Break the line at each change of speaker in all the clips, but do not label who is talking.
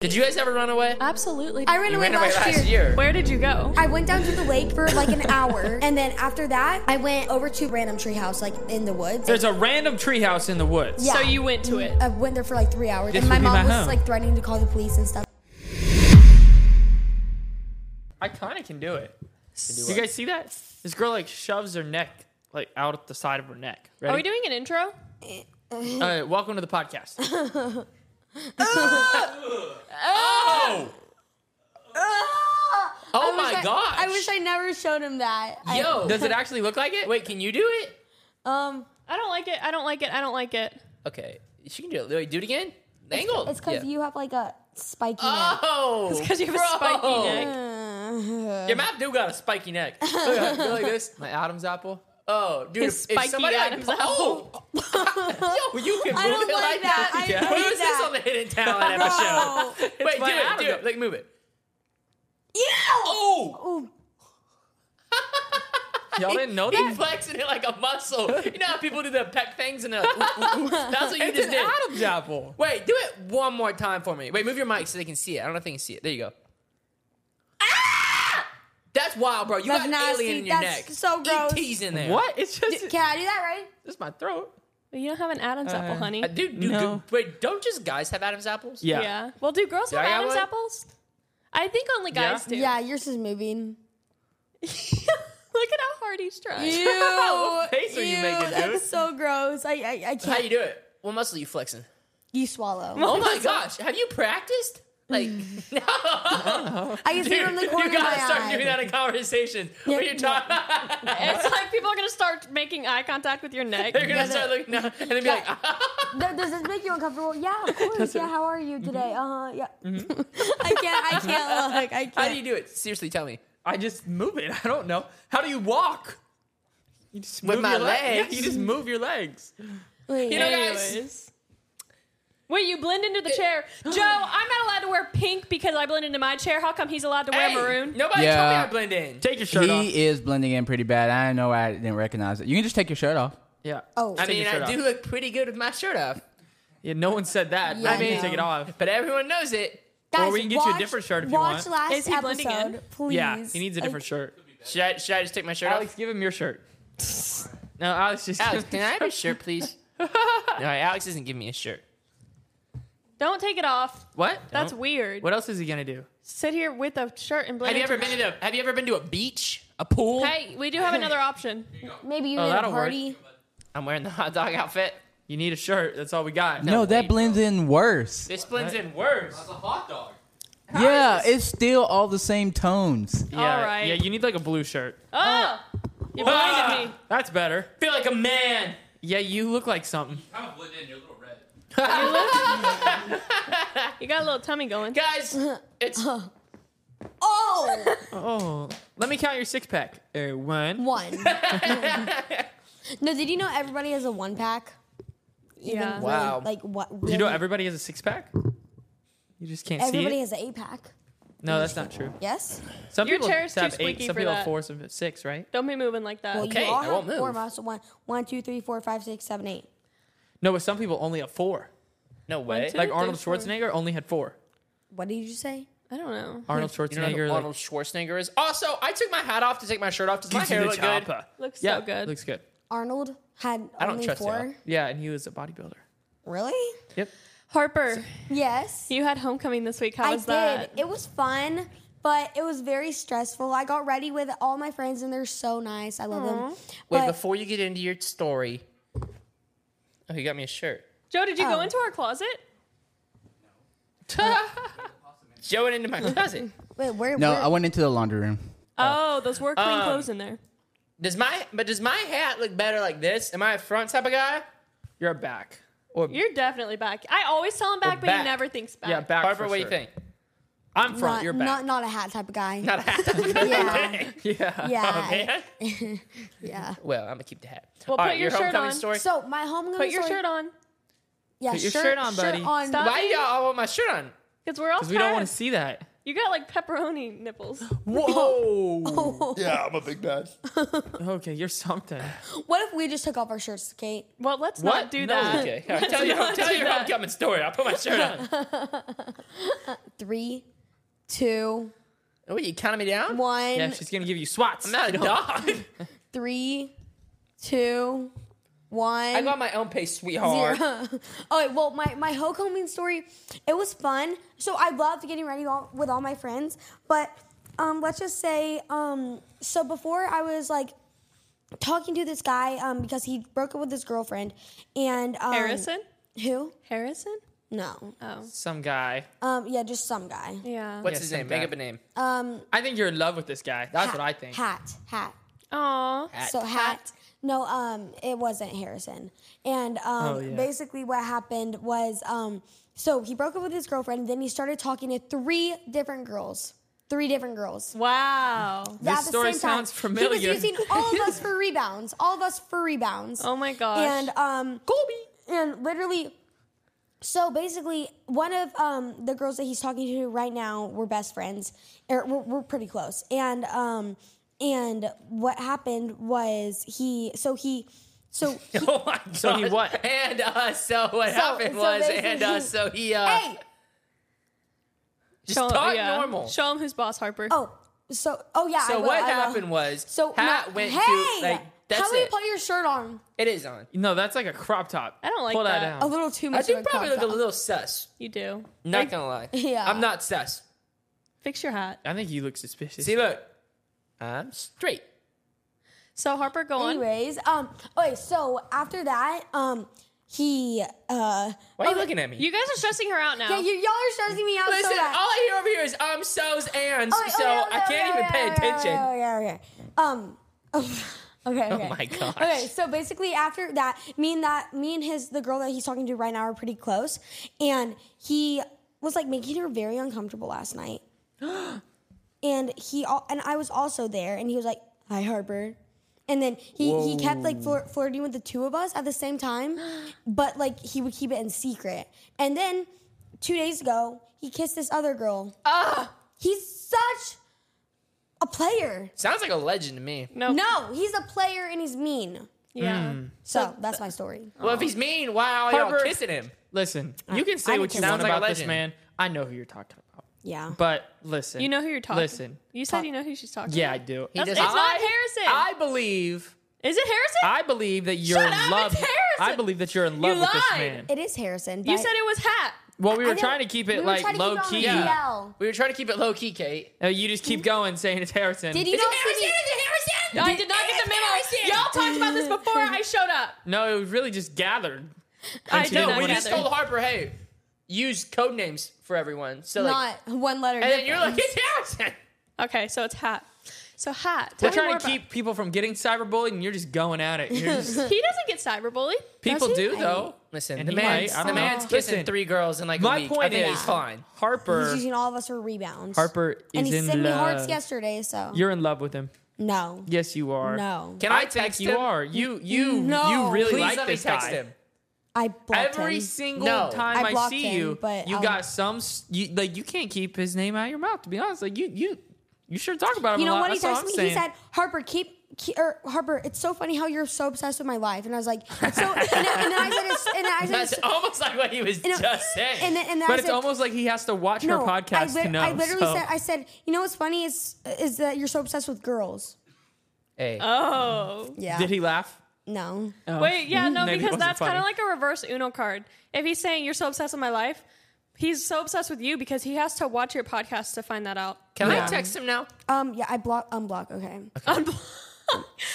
Did you guys ever run away?
Absolutely.
I ran
You
away
ran away
last,
last
year.
year.
Where did you go?
I went down to the lake for like an hour, and then after that, I went over to random treehouse, like in the woods.
There's a random treehouse in the woods.
Yeah.
So you went to it.
I went there for like three hours,
This
and my
would be
mom
my
was
home.
like threatening to call the police and stuff.
I kind of can do it. Do you guys see that? This girl like shoves her neck like out at the side of her neck. Ready?
Are we doing an intro?
Uh, welcome to the podcast. oh! Oh my gosh!
Ah! I wish I never showed him that. I-
Yo, does it actually look like it? Wait, can you do it?
um,
I don't like it. I don't like it. I don't like it.
Okay, she can do it. Wait, do it again. The angle.
it's because you have like a spiky neck.
Oh, it's
'cause you have a spiky neck.
Your mouth do got a spiky neck. Look at- go Oh, like this. My Adam's apple. Oh, dude,
His
if, if
spiky
somebody
Adam's
like, apple. Oh, yo, you can move
I don't
it like,
like that. I
Yeah.
hate
Who is this
that.
on the Hidden Talent episode?
Oh.
Wait, do
my
it, do
Adam.
it. Like, move it.
Ew!
Oh,
Ooh.
y'all didn't know that? He flexing it like a muscle. You know how people do the peck things and they're like, ooh, ooh, ooh. that's what you just did.
Adam's apple.
Wait, do it one more time for me. Wait, move your mic so they can see it. I don't know if they can see it. There you go. Ah! That's wild, bro. You
That's
got
nasty.
alien in your
That's
neck.
so gross.
ET's in there.
What? It's just
Can I do that right?
just my throat.
But you don't have an Adam's apple, honey.
Uh, dude, dude,
No.
dude, wait, don't just guys have Adam's apples?
yeah. Well, do girls have
I got
Adam's
one?
apples? I think only guys do.
Yeah, yours is moving.
Look at how hard he's trying.
Ew!
What face are you
ew,
making, dude?
That's so gross. I, I, I
How
can't.
you do it? What muscle you flexing?
You swallow.
Oh my gosh, have you practiced? Like, no.
I can see it
Dude,
on the
you
corner of my
gotta start
eye.
doing that in conversations. when you're talking,
It's like people are gonna start making eye contact with your neck.
they're gonna start looking down and then be like,
Th- Does this make you uncomfortable? Yeah, of course. Yeah, how are you today?
Mm-hmm.
Uh huh. Yeah. I can't. I can't look. I can't.
how do you do it? Seriously, tell me.
I just move it. I don't know. How do you walk? You just
With
move
my
your leg- yeah,
legs.
you just move your legs.
Wait.
You know, guys,
Anyways. Wait, you blend into the chair. Joe, I'm not allowed to wear pink because I blend into my chair. How come he's allowed to wear
hey,
maroon?
Nobody told me
Yeah.
I blend in.
Take your shirt
He
off.
is blending in pretty bad. I don't know why I didn't recognize it. You can just take your shirt off.
Yeah.
Oh.
I
Take
mean,
your shirt
I do
off.
look pretty good with my shirt off,
Yeah, no one said that.
Yeah,
I mean,
no.
take it off.
but everyone knows it.
guys,
or we can get you a
watch,
different shirt if you
watch
want.
last
Is he blending in?
episode, please.
Yeah, he needs a different shirt.
Should I, should I just take my shirt
Alex,
off?
give him your shirt. No, Alex, just
Alex, can I have your shirt, please? no, Alex isn't giving me a shirt.
Don't take it off.
what?
That's
No.
weird.
What else is he gonna do?
Sit here with a shirt and blend.
Have you
into
ever been to the, Have you ever been to a beach, a pool?
Hey, we do have another option.
Maybe you
Oh,
need a
that'll work.
party.
I'm wearing the hot dog outfit.
You need a shirt. That's all we got.
No, that
wait,
blends in worse.
This blends in worse.
Yeah, it's still all the same tones.
Yeah,
All right.
Yeah, you need like a blue shirt. Ah!
Oh, you
Ah!
blinded me.
That's better.
Feel like a man.
Yeah, you look like something.
You got a little tummy going.
Guys, it's
Oh,
Oh, let me count your six pack. Uh, one.
one. no, did you know everybody has a one pack? Even
Yeah.
really-
Wow.
Like what?
You know
really-
everybody has a six pack. You just can't see
Everybody
it.
has an eight pack.
no, that's not true.
Yes.
Some
Your
people
chair is too
have eight.
squeaky
Some
for
people
that.
have four. Some have six. Right?
Don't be moving like that.
Well,
Okay,
you all
I
have
won't move.
four muscle. One, one, two, three, four, five, six, seven, eight.
No, but some people only have four.
no way.
two.
Like
Two,
Arnold
three, four.
Schwarzenegger only had four.
What did you say?
I don't know.
Arnold
You know
Schwarzenegger.
who
like,
Arnold Schwarzenegger is. Also, I took my hat off to take my shirt off. Does my
gives you
hair
the
look good?
chopper.
Looks
Yeah,
so good.
Looks good.
Arnold had
don't
only
trust
four.
y'all.
Yeah, and he was a bodybuilder.
Really?
Yep.
Harper,
Yes.
you had homecoming this week. How
I
was
did.
that?
It was fun, but it was very stressful. I got ready with all my friends, and they're so nice. I love them.
Wait,
But
before you get into your story. Oh, you got me a shirt.
Joe, did you go
Oh.
into our closet?
Show it into my closet.
wait, where?
No,
where-
I went into the laundry room.
Oh, those were clean clothes in there.
Does my but does my hat look better like this? Am I a front type of guy?
You're a back.
You're definitely back. I always tell him back, but he
back.
never thinks back.
Yeah, back.
Harper,
for
what do you
sure.
think?
I'm front.
not,
you're back.
Not, not a hat type of guy.
Not a hat type of guy.
yeah.
yeah.
Yeah.
Man.
yeah.
Well, I'm gonna keep the hat.
Well,
All
put
right,
your shirt
homecoming
on.
story.
So my homecoming.
Put your
story-
shirt on
Yeah,
Put your shirt on, buddy.
on.
Stop.
Why do y'all all want my shirt on?
because we're all
Because we don't
tired.
want to see that.
You got like pepperoni nipples.
Whoa.
Yeah, I'm a big bad.
okay, you're something.
What if we just took off our shirts, Kate?
Well, let's not
What?
do
No,
that.
Okay, I'll tell you, I'll
not
tell
do
you your
that.
homecoming story. I'll put my shirt on.
Three, two,
Oh, you counting me down?
one,
Yeah, she's gonna give you swats.
I'm not a dog.
three, two, one.
I got my own pace,
Zero.
sweetheart.
oh, wait, well, my my homecoming story, it was fun. So I loved getting ready all, with all my friends. But um, let's just say, um, so before I was like talking to this guy um, because he broke up with his girlfriend, and um,
Harrison?
Who?
Harrison?
No.
Oh.
Some guy.
Um, yeah, just some guy.
Yeah.
What's
Yeah,
his
some
name? Make
guy.
up a name.
Um,
I think you're in love with this guy. That's
hat,
what I think.
Hat, hat.
Aw.
So hat. No, um, it wasn't Harrison. And um,
yeah.
basically, what happened was, um, so he broke up with his girlfriend, and then he started talking to three different girls. Three different girls.
Wow.
Yeah, at the
story
same time.
sounds familiar.
He was using all of us for rebounds. All of us for rebounds.
Oh my gosh.
And um, And literally, so basically, one of um the girls that he's talking to right now, we're best friends, or we're, we're pretty close. And um, and what happened was he, so he, so he,
Oh my god.
So he what?
And uh, so what happened
so
was,
basically-
and uh, so he uh,
hey,
just talk
yeah.
normal.
Show him who's boss, Harper.
oh, so oh yeah. I
so
will,
what
I will.
happened was,
So
Hat
no,
went
hey,
to like that's
how do you
it.
put your shirt on?
it is on.
No, that's like a crop top.
I don't like
Pull that.
that.
down.
A little too much.
I do
of a
probably
crop
look a
top.
little sus.
You do.
Not gonna lie.
Yeah.
I'm not sus.
Fix your hat.
I think you look suspicious.
See, look, I'm straight.
So Harper, go on.
Anyways, um, okay, so after that, um, he, uh,
Why are you looking at me?
You guys are stressing her out now.
yeah, you, y'all are stressing me out
Listen,
so bad.
all I hear over here is um, so's, ands,
Okay, okay,
so
Oh, okay,
I can't
okay,
even pay
okay,
attention. Oh
Okay, okay, okay. Um, okay, okay.
my gosh.
Okay, so basically after that, me and that, me and his, the girl that he's talking to right now are pretty close, and he was like making her very uncomfortable last night. and he, al- and I was also there, and he was like, "Hi, Harper." And then he, he kept like flir- flirting with the two of us at the same time, but like he would keep it in secret. And then two days ago, he kissed this other girl. He's such a player.
Sounds like a legend to me.
no.
No, he's a player and he's mean.
Yeah.
Mm.
So that's my story.
Well, if he's mean, why are y'all
Harper-
kissing him?
Listen, you can
I
say what
would
you
say
want
so. Sounds like
about
a
this
legend.
man. I know who you're talking about.
Yeah.
But listen,
You know who you're talking.
Listen,
You said
Talk.
you know who she's talking.
yeah, I
about.
do.
He
That's-
does-
it's not
I-
Harrison.
I believe
Is it Harrison?
I believe that you're
Shut
in
up,
love.
it's Harrison.
I believe that you're in love with this
lied.
man.
It is Harrison.
you
but-
said it was hat.
Well, we
I
were
know-
trying to keep it
we were
like
trying to keep
low
it on
key.
the
Yeah.
DL.
we were trying to keep it low key, Kate.
Uh, You just keep going saying it's Harrison.
Did you
Is
not
it
see me?
Harrison? Is it Harrison?
I did not get the memo. Y'all talked about this before I showed up.
no, it was really just gathered.
I
Into
did
the
not
We
window.
gather.
just told Harper, hey, use code names for everyone. So like,
Not one letter.
and then you're like,
difference.
it's Harrison.
Okay, so it's hat. So hat.
We're
tell me
trying
more
to keep people from getting cyberbullied, and you're just going at it. You're just-
about- He doesn't get cyberbully.
people
he?
do
I-
though.
Listen,
And
the
he might,
man's,
I don't
the
know.
man's kissing
Listen,
three girls in like
my
a week. I
point
think
is-
he's fine.
he's
Harper,
using all of us for rebounds.
Harper
and
is
he
in
sent me hearts
love.
yesterday. So
You're in love with him.
no,
Yes, you are.
no.
Can I,
I
text
text you
him?
are. You you
No.
you really
Please
like
let me
this
text
guy.
him.
I blocked
Every
him.
single
No.
time
I
I,
blocked
see
him,
you,
but um,
you
I'll-
got some s- you, like you can't keep his name out of your mouth. To be honest, like you you you sure talk about him.
you
a
know
lot.
what he
That's all I'm
texted me?
Saying.
He said, "Harper, keep." keep or Harper, it's so funny how you're so obsessed with my life, and I was like, so. And then, and then I said, it's, and then I said,
That's
it's-
almost like what he was
and, then-
just saying.
and then, and then I
but it's
said-
almost like he has to watch her
I,
podcast
lit-
to know.
I literally
so.
said, I said, you know what's funny is is that you're so obsessed with girls.
hey,
Oh.
Yeah.
Did he laugh?
No.
Oh.
Wait, yeah, no,
Maybe it
because
wasn't
that's kind of
funny.
like a reverse Uno card. If he's saying you're so obsessed with my life, he's so obsessed with you because he has to watch your podcast to find that out.
can
Yeah.
I text him now?
Um. Yeah. I block. Unblock. Okay.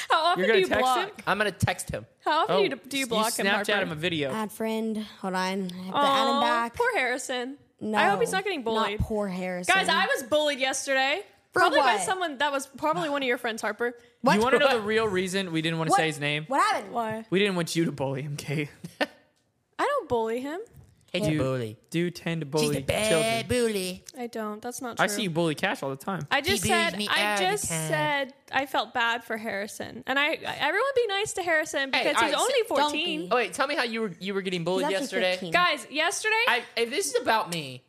How often
You're
do
gonna
you
text
block?
him?
I'm gonna text him.
How often do, you, do
Oh, you
you block him?
Snapchat
Harper?
him a video.
Add friend. Hold on. I have to add him
Aw,
back.
poor Harrison.
no.
I hope he's not getting bullied.
Not poor Harrison.
Guys, I was bullied yesterday.
For
probably by
what?
someone that was probably one of your friends, Harper.
You want to know the real reason we didn't want to
What-
say his name?
What happened?
Why?
We didn't want you to bully him, Kate.
I don't bully him.
Hey,
You
bully.
do tend to bully children.
bully.
I don't. That's not true.
I see you bully Cash all the time.
I just
He
said.
bullies me
I
all the
just
time.
said. I felt bad for Harrison, and I. I- Everyone be nice to Harrison
Hey,
because
all
he's
right,
only
sit-
don't
14.
Oh wait, tell me how you were you were getting
He's
bullied
actually
yesterday.
15.
Guys, yesterday.
I, if this is about me,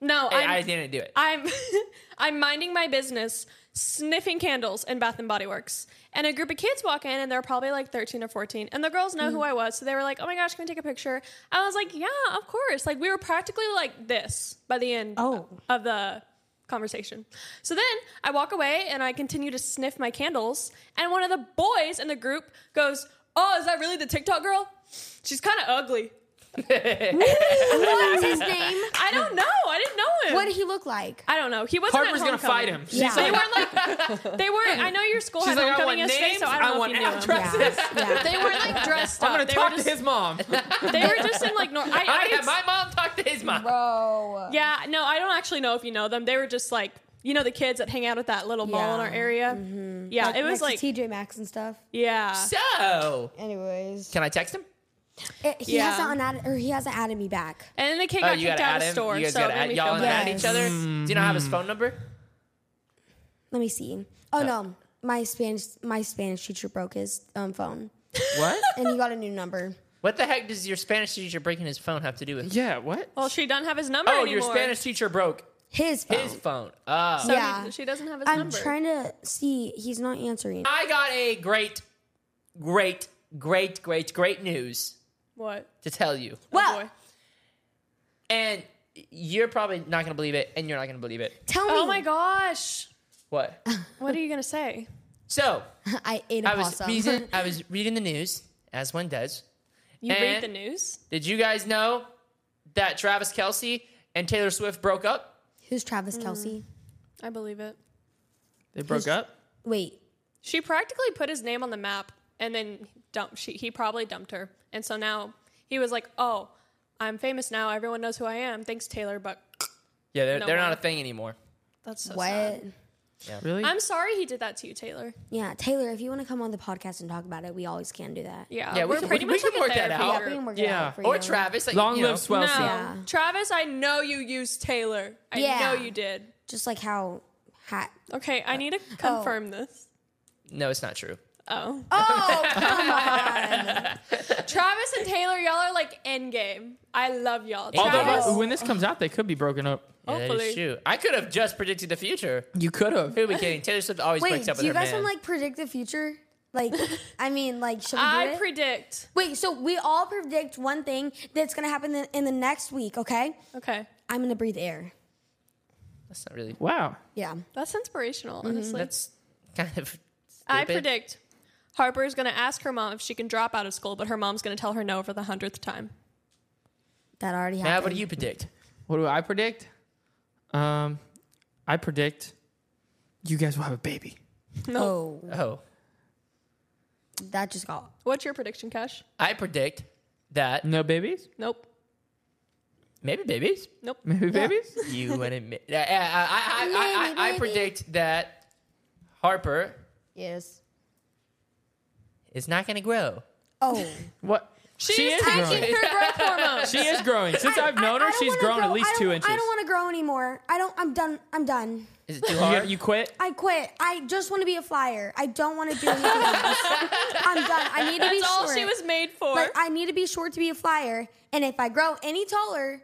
No,
Hey,
I'm,
I didn't do it.
I'm I'm minding my business, sniffing candles in Bath and Body Works. And a group of kids walk in and they're probably like 13 or 14. And the girls know who I was, so they were like, "Oh my gosh, can we take a picture?" I was like, "Yeah, of course." Like we were practically like this by the end
Oh.
of the conversation. So then I walk away and I continue to sniff my candles, and one of the boys in the group goes, "Oh, is that really the TikTok girl? She's kind of ugly."
What was his name?
I don't know. I didn't know him.
What did he look like?
I don't know. He wasn't. at
Harper's gonna
homecoming.
fight him. She's
Yeah.
They
like,
weren't like they weren't. I know your school
She's
had
like, I
homecoming
want
yesterday,
names,
so I
I
don't know
want
if you knew. him.
addresses.
Yeah.
They weren't like dressed up.
I'm gonna
they
talk
were just,
to his mom.
They were just in like normal. I,
I
I
had my mom talk to his mom.
Bro.
yeah, no, I don't actually know if you know them. They were just like you know the kids that hang out at that little mall in our
Yeah.
area. Yeah, it was like
next to TJ Maxx and stuff.
yeah.
So,
Anyways,
can I text him?
It- he
Yeah.
hasn't unadded, or he hasn't added me back.
And then the kid
Oh,
got
you
kicked out
gotta add
of the
him.
store.
you guys
so
gotta
it made
add
me
y'all
feel
and add
bad. Hmm.
Yes.
each other. Do you not have his phone number?
Let me see. Oh no, my Spanish my Spanish teacher broke his um, phone,
What?
and he got a new number.
what the heck does your Spanish teacher breaking his phone have to do with?
Yeah, what?
Well, she doesn't have his number
Oh, your
anymore.
Spanish teacher broke
His phone.
his phone. Oh.
So
Yeah.
he- she doesn't have his
I'm
number.
trying to see. He's not answering.
I got a great, great, great, great, great news
what?
to tell you.
Well,
Well,
boy.
And you're probably not going to believe it, and you're not going to believe it.
tell me.
oh my gosh,
What?
what are you gonna say?
So,
I ate a
I was,
possum.
reading, I was reading the news, as one does.
You
And-
read the news?
Did you guys know that Travis Kelsey and Taylor Swift broke up?
Who's Travis Kelsey?
Mm. I believe it.
They broke up?
Wait,
She practically put his name on the map and then dumped she he probably dumped her. And so now he was like, "Oh, I'm famous now. Everyone knows who I am. Thanks Taylor, but
Yeah, they're,
No
they're not
way.
a thing anymore.
that's so
what?
sad."
Really?
I'm sorry he did that to you, Taylor.
Yeah, Taylor, if you want to come on the podcast and talk about it, we always can do that.
Yeah,
Yeah, we
we're
can-
pretty
we
much
can
like a
work that
therapy
Yeah,
out.
we can
group.
work it
Yeah.
out for
Or
you.
Travis. Like,
Long
you know.
live Swell.
No,
Yeah.
Travis, I know you used Taylor. I
Yeah.
know you did.
Just like how hat.
Okay, I need to confirm this.
No, it's not true.
Oh,
Oh come on!
Travis and Taylor, y'all are like endgame. I love y'all.
Although-
Travis,
Although, when this comes out, they could be broken up.
Yeah, that
Hopefully.
is true. I could have just predicted the future.
You could have.
Who are we kidding? Taylor Swift always
Wait,
breaks up
do
with
you
her
guys
man.
want to like predict the future? Like, I mean, like, should we do
I
it?
predict.
Wait, so we all predict one thing that's gonna happen in- in the next week, okay?
Okay,
I'm gonna breathe air.
That's not really.
Wow.
Yeah.
that's inspirational.
Mm-hmm.
Honestly,
That's kind of.
I
stupid.
predict Harper is going to ask her mom if she can drop out of school, but her mom's going to tell her no for the hundredth time.
That already
Now,
happened.
what do you predict?
What do I predict? Um, I predict you guys will have a baby.
Oh,
Oh,
that just got.
What's your prediction, Cash?
I predict that
No babies?
Nope.
maybe babies.
Nope.
Maybe
Yeah.
babies?
You wouldn't. mi- I, I, I, I, I, I
Maybe,
predict that Harper
Yes.
is not going to grow.
Oh.
What? She, is growing.
taking her growth hormones.
She is growing. Since I, have known
I
her,
don't
she's
wanna
grown
grow-
at least
I
two
don't-
inches.
I don't want to grow anymore. I don't. I'm done. I'm done.
Is it too
You-
hard?
you, quit?
I quit. I just want to be a flyer. I don't want to do anything else. I'm done. I need to be
That's all
short.
she was made for.
Like, I need to be short to be a flyer. And if I grow any taller,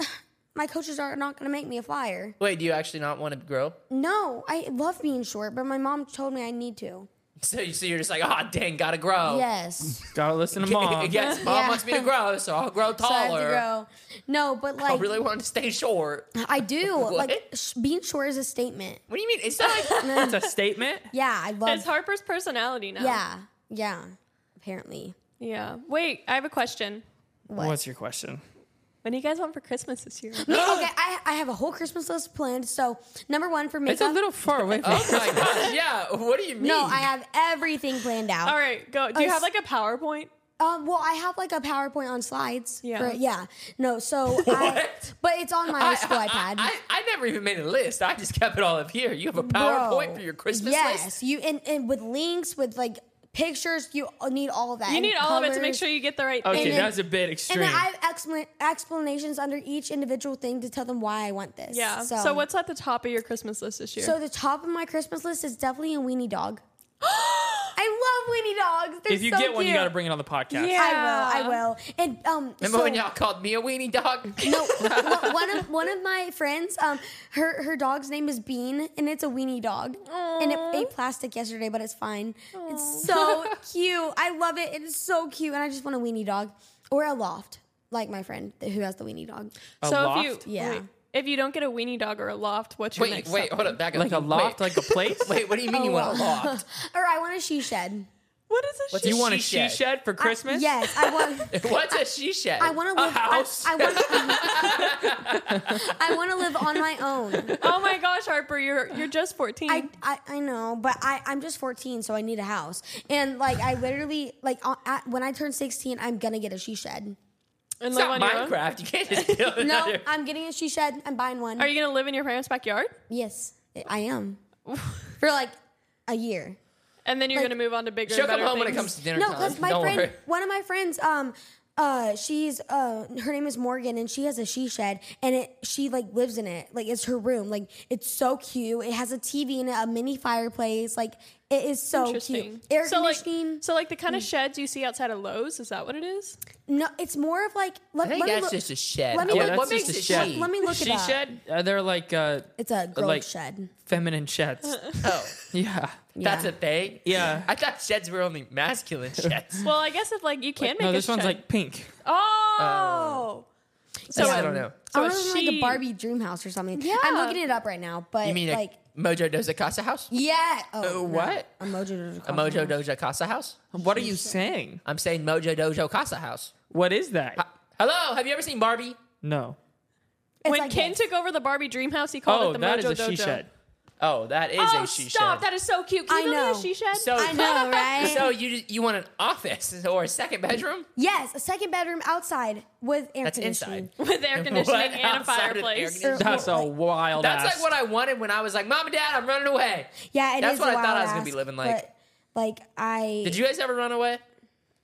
my coaches are not going to make me a flyer.
Wait, do you actually not want to grow?
No, I love being short, but my mom told me I need to.
So, you- so you're just like, oh, dang, gotta grow.
Yes.
Gotta listen to mom.
yes, mom
Yeah.
wants me to grow, so I'll grow
So I have to
taller.
grow. No, but
I
like
really want to stay short.
I do. like
What?
sh- being short is a statement.
What do you mean? It's not like
That's a statement.
Yeah, I
it's
love.
Harper's personality now.
Yeah, yeah. Apparently,
Yeah. Wait, I have a question.
what?
What's your question?
What do you guys want for Christmas this year?
okay, I, I have a whole Christmas list planned. So number one for makeup.
It's a little far away from
oh my gosh, yeah. What do you mean?
no, I have everything planned out.
All right, go. Do you
Uh,
have like a PowerPoint?
Um, well, I have like a PowerPoint on slides.
Yeah.
for- yeah. No, so I,
What?
but it's on my high school
I,
iPad.
I, I never even made a list. I just kept it all up here. You have a PowerPoint
Bro,
for your Christmas
yes,
list?
you and, and with links with like pictures. You need all of that.
You
and
need all of it to make
colors.
sure you get the right
Okay,
thing.
then-
Oh, that was a bit extreme.
And then I have expla- explanations under each individual thing to tell them why I want this.
Yeah. So. what's at the top of your Christmas list this year?
so the top of my Christmas list is definitely a weenie dog. I weenie dogs. They're
If you
so
get one, you
cute.
got to bring it on the podcast.
Yeah.
I will. I
Yeah.
will. And um,
Remember
so-
when y'all called me a weenie dog?
no, one- one of one of my friends, um, her her dog's name is Bean, and it's a weenie dog, and it ate plastic yesterday, but it's fine. It's so cute. I love it. It is so cute, and I just want a weenie dog or a loft, like my friend th- who has the weenie dog.
A
so
loft?
if you
Yeah.
wait, if you don't get a weenie dog or a loft, what's your
Wait,
next
wait,
up?
hold up, back up.
Like a
Wait.
loft, like a place.
Wait, what do you mean you want a loft?
Or I want a she shed.
What is a
What's
shit?
you
a
want a she
she
shed,
shed?
for Christmas?
Yes, I want.
What's a she shed?
I want to live.
a house.
I, want. I want to live on my own.
Oh my gosh, Harper, you're you're just 14.
I, I, I know, but I, I'm just 14, so I need a house. And like, I literally, like, on- at, when I turn 16, I'm gonna get a she shed.
and
it's
live on
not
your own.
Minecraft. You can't just build
No,
another-
I'm getting a she shed. I'm buying one.
Are you gonna live in your parents' backyard?
yes, I am. For like a year.
And then you're
Like-
gonna move on to bigger.
She'll
and
come
better
home when it
things?
comes to dinner
no,
time.
because my
Don't
friend,
worry.
one of my friends, um, uh, she's uh, her name is Morgan, and she has a she shed, and it she like lives in it, like it's her room, like it's so cute. It has a TV in it, a mini fireplace, like it is so
Interesting.
cute. Air
so like,
conditioning. Mm.
so like the kind of sheds you see outside of Lowe's, is that what it is?
no, it's more of like let,
I think
let me
that's
look-
Oh, just a shed.
let me
What-
look-
what
that's
makes
just
it
a shed.
she?
Let me look
She
it up.
shed? Are there like uh,
It's a girl
like-
shed.
feminine sheds?
Oh,
yeah.
that's
Yeah.
a thing.
Yeah.
I thought sheds were only masculine sheds.
Well, I guess if like you can make
no,
a
this one's
shed.
like pink.
oh. so
I don't know.
I
So
want to live in, like
she-
a Barbie dream house or something.
Yeah.
I'm looking it up right now, but
You mean
like
a Mojo Doja Casa house?
yeah. Oh,
Uh, what?
No. A mojo. Doja
A Mojo
Cat.
Doja Casa house?
What are you saying?
I'm saying Mojo Dojo Casa house.
What is that?
Uh, Hello, have you ever seen Barbie?
no.
It's
when
like
Ken
this.
took over the Barbie dream house, he called
Oh,
it the
that is
Mojo
a she
Dojo.
shed.
Oh, that is
Oh,
a she
stop!
shed.
That is so cute. Can you
I
build me
know.
a she shed?
So-
I know, right?
so you just, you want an office or a second bedroom?
yes, a second bedroom outside with air
That's
conditioning.
inside.
with air
What?
conditioning and a
Outside with air
fireplace.
conditioning?
That's a wild
That's
ass.
like what I wanted when I was like, Mom and Dad, I'm running away.
Yeah, it is.
That's what
a
I thought
wild
I was gonna be
ask,
living like.
but, like I.
Did you guys ever run away?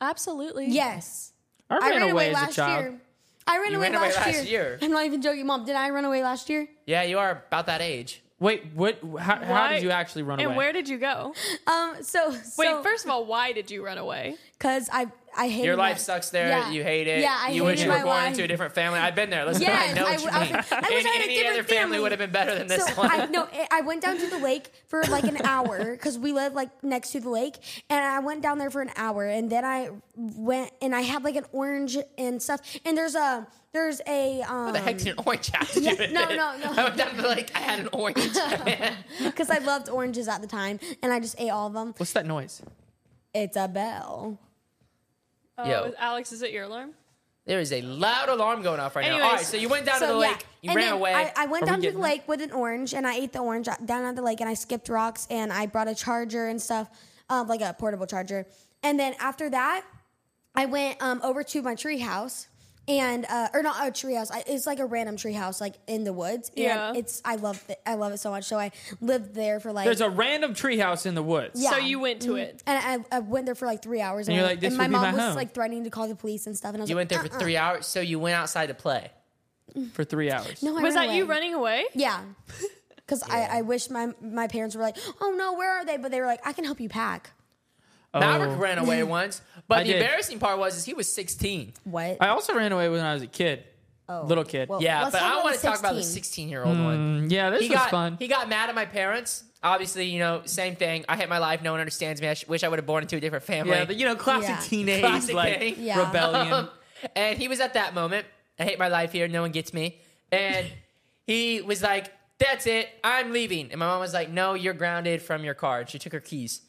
Absolutely.
Yes,
I ran, away, as
last
a child.
year. I ran,
You
away,
ran away
last,
last year.
I'm not even joking, Mom. Did I run away last year?
Yeah, you are about that age.
Wait, what? How, how
Why-
did you actually run
and
away?
where did you go?
Um. So,
Wait, first of all, why did you run away?
because I I hated
Your life
my-
sucks there.
Yeah.
You hate it.
Yeah, I
you
hated
wish you were
my
born
life.
into a different family. I've been there. Listen, I
Yes,
know
I
what you
w- I
mean.
was like, I wish
And
I had a
any
different
other family
family.
would have been better than this
so
one.
I no, I went down to the lake for like an hour because we live like next to the lake, and I went down there for an hour, and then I went and I had like an orange and stuff, and there's a there's a um
the heck's an orange have to do
yeah,
with
no,
it?
no, no.
I would definitely like I had an orange.
because um, I loved oranges at the time, and I just ate all of them.
What's that noise?
It's a bell.
Oh,
Yo.
is- Alex, is it your alarm?
there is a loud alarm going off right now. All
Anyways,
right, so you went down to the
So, yeah.
lake. You
And
ran
then
away.
I, I went
Are we
down to the
getting
lake with an orange, and I ate the orange down at the lake, and I skipped rocks, and I brought a charger and stuff, um, like a portable charger. And then after that, I went um, over to my tree house. And uh, or not a tree house. I, it's like a random tree house, like in the woods. And
Yeah.
it's I love it. I love it so much. So I lived there for like.
There's a random treehouse in the woods.
Yeah. Mm-hmm.
So you went to it.
and I, I went there for like three hours.
And you're
I-
like, "This
and
would
my
be
mom
my
was
home."
like threatening to call the police and stuff. And I was
you
like,
went there for
"Uh-uh."
three hours, so you went outside to play.
for three hours.
No, I
Was
ran
that you
away.
running away?
Yeah. Because I, I wish my my parents were like, oh no, where are they? But they were like, I can help you pack.
Oh.
Maverick ran away once, but
I
the
did.
embarrassing part was is he was 16.
What?
I also ran away when I was a kid.
Oh,
little kid.
well,
Yeah,
let's
but I
about
want to
the
talk about the 16 year old one.
Yeah, this
He
was
got
fun.
he got mad at my parents. Obviously, you know, same thing. I hate my life. No one understands me. I sh- wish I would have born into a different family.
yeah, but you know, classic
Yeah.
teenage
Classic
like
thing.
Yeah.
rebellion.
and he was at that moment. I hate my life here. No one gets me. And he was like, "That's it. I'm leaving." And my mom was like, "No, you're grounded from your car." And she took her keys.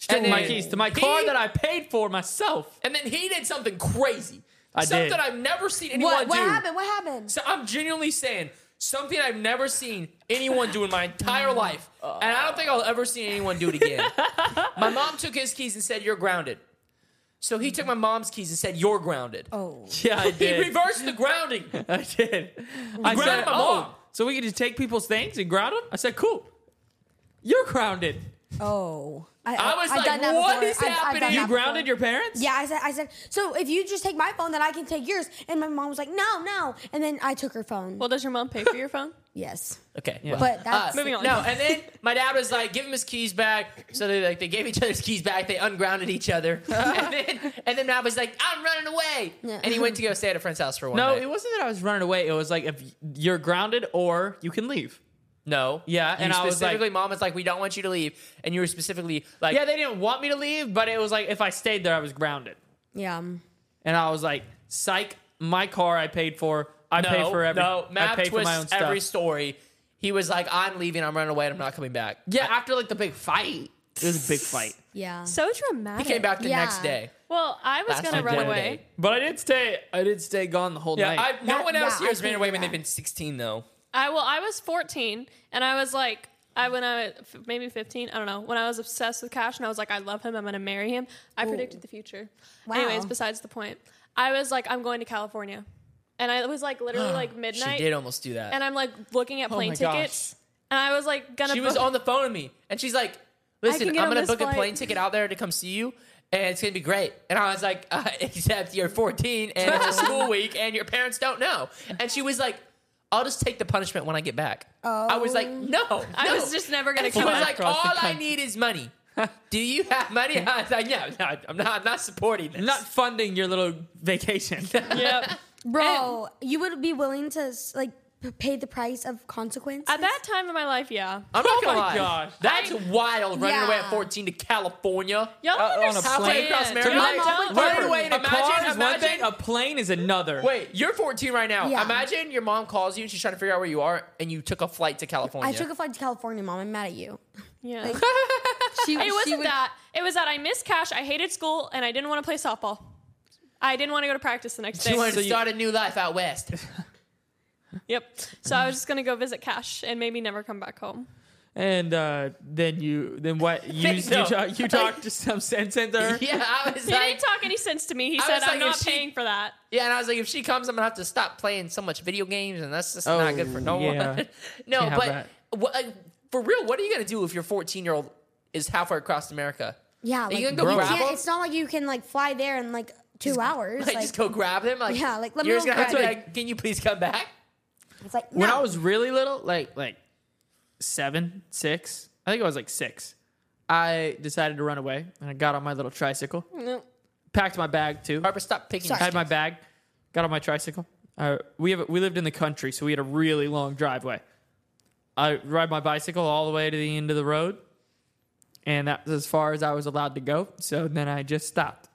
She took
And
my
then
keys to my
he-
car that I paid for myself.
And then he did something crazy.
I did.
something I've never seen anyone
What, what
do.
happened? What happened?
So I'm genuinely saying something I've never seen anyone do in my entire life, and I don't think I'll ever see anyone do it again. my mom took his keys and said, "You're grounded." So he took my mom's keys and said, "You're grounded."
Oh.
Yeah, I
He
did.
reversed the grounding.
I did. I
Ground
said,
my
oh,
mom.
so we could just take people's things and ground them? I said, cool. You're grounded.
Oh,
I was
I've
like,
done that
"What
before.
is
I've- I've
happening?
done
You
You
that
grounded
before.
your parents?
Yeah, I said, I said. So if you just take my phone, then I can take yours. And my mom was like, "No, no." And then I took her phone.
Well, does your mom pay for your phone?
yes,
Okay,
but that's
Moving on.
uh, No, and then my dad was like, "Give him his keys back." So they like they gave each other's keys back. They ungrounded each other, and then and then Rob was like, "I'm running away,"
Yeah.
and he went to go stay at a friend's house for one
No,
night.
it wasn't that I was running away. It was like if you're grounded or you can leave.
no,
Yeah,
You
and I was like-
specifically, mom was like, "We don't want you to leave," and you were specifically like,
Yeah, they didn't want me to leave, but it was like if I stayed there, I was grounded.
yeah.
And I was like, psych, my car I paid for. I
no,
paid for every.
no."
I
Matt
paid
twists
for my own stuff.
every story. He was like, "I'm leaving. I'm running away. and I'm not coming back."
yeah, after like the big fight, it was a big fight.
Yeah.
So dramatic.
He came back the
Yeah.
next day.
Well, I was
That's
gonna
my
run
dad.
away.
But I did stay. uh, I did stay gone the whole
Yeah,
night.
I, no
That-
one else
yeah,
here
I
has ran
can't
away
do
when they've
that.
been 16 though.
I well, I was 14, and I was like, I when I f- maybe 15, I don't know. When I was obsessed with Cash, and I was like, I love him, I'm gonna marry him. I predicted the future.
Wow.
Anyways, besides the point, I was like, I'm going to California, and I it was like literally like midnight,
She did almost do that.
and I'm like looking at plane
my gosh.
tickets, and I was like gonna.
she was
book-
on the phone with me, and she's like,
can
"Listen,
get
I'm
on
gonna
this
book a
flight."
plane ticket out there to come see you, and it's gonna be great." And I was like, uh, "Except you're 14, and it's a school week, and your parents don't know." And she was like, "I'll just take the punishment when I get back." I was like, "No,
Oh. I
no."
was just never gonna
And she
come.
was
Fly
back.
like,
across
"All
the
I
country."
need is money." Do you have money? I was like, "Yeah, no, I'm not. I'm not supporting this."
I'm not funding your little vacation.
yep.
Bro, you would be willing to s- like p- pay the price of consequence?
At that time in my life, yeah.
I'm not
Oh
gonna
my
lie.
gosh.
That's wild. Running away at
Yeah.
14 to California.
Y'all
Uh,
don't
on a
understand.
plane
across America?
Y'all
My mom
don't
would
understand.
never-
Running away in a
Imagine-
car is one
imagine-
thing. A plane is another.
Wait, you're 14 right now.
Yeah.
Imagine your mom calls you and she's trying to figure out where you are, and you took a flight to California.
I took a flight to California, mom. I'm mad at you.
Yeah.
Like, she,
It
she
wasn't
would-
that. It was that I missed cash. I hated school, and I didn't want to play softball. I didn't want to go to practice the next
she
day.
wanted
So
to
you-
start a new life out west.
Yep. So I was just gonna go visit Cash and maybe never come back home.
And uh, then you, then what? You you,
No.
talk, you talked to some sense into her.
yeah, I was
He
like,
didn't talk any sense to me. He
I
said,
was
"I'm
like, if
not
she-
paying for that."
yeah, and I was like, if she comes, I'm gonna have to stop playing so much video games, and that's just
Oh,
not good for no
yeah.
one. no,
Can't have that.
but what, uh, for real, what are you gonna do if your 14 year old is halfway across America?
Yeah,
Are
like,
you
you
gonna go grab
can't,
him?
it's not like you can like fly there in like two hours.
Like,
Like,
just go grab him. Like,
Yeah, like, let me
you're just
go
gonna have to. be
grab
Like, can you please come back?
it's like
When
no.
I was really little, like like seven, six, I think I was like six. I decided to run away, and I got on my little tricycle, packed my bag too.
Harper, stop picking.
Sorry.
I had my bag, got on my tricycle. Uh, we have we lived in the country, so we had a really long driveway. I ride my bicycle all the way to the end of the road, and that was as far as I was allowed to go. So then I just stopped.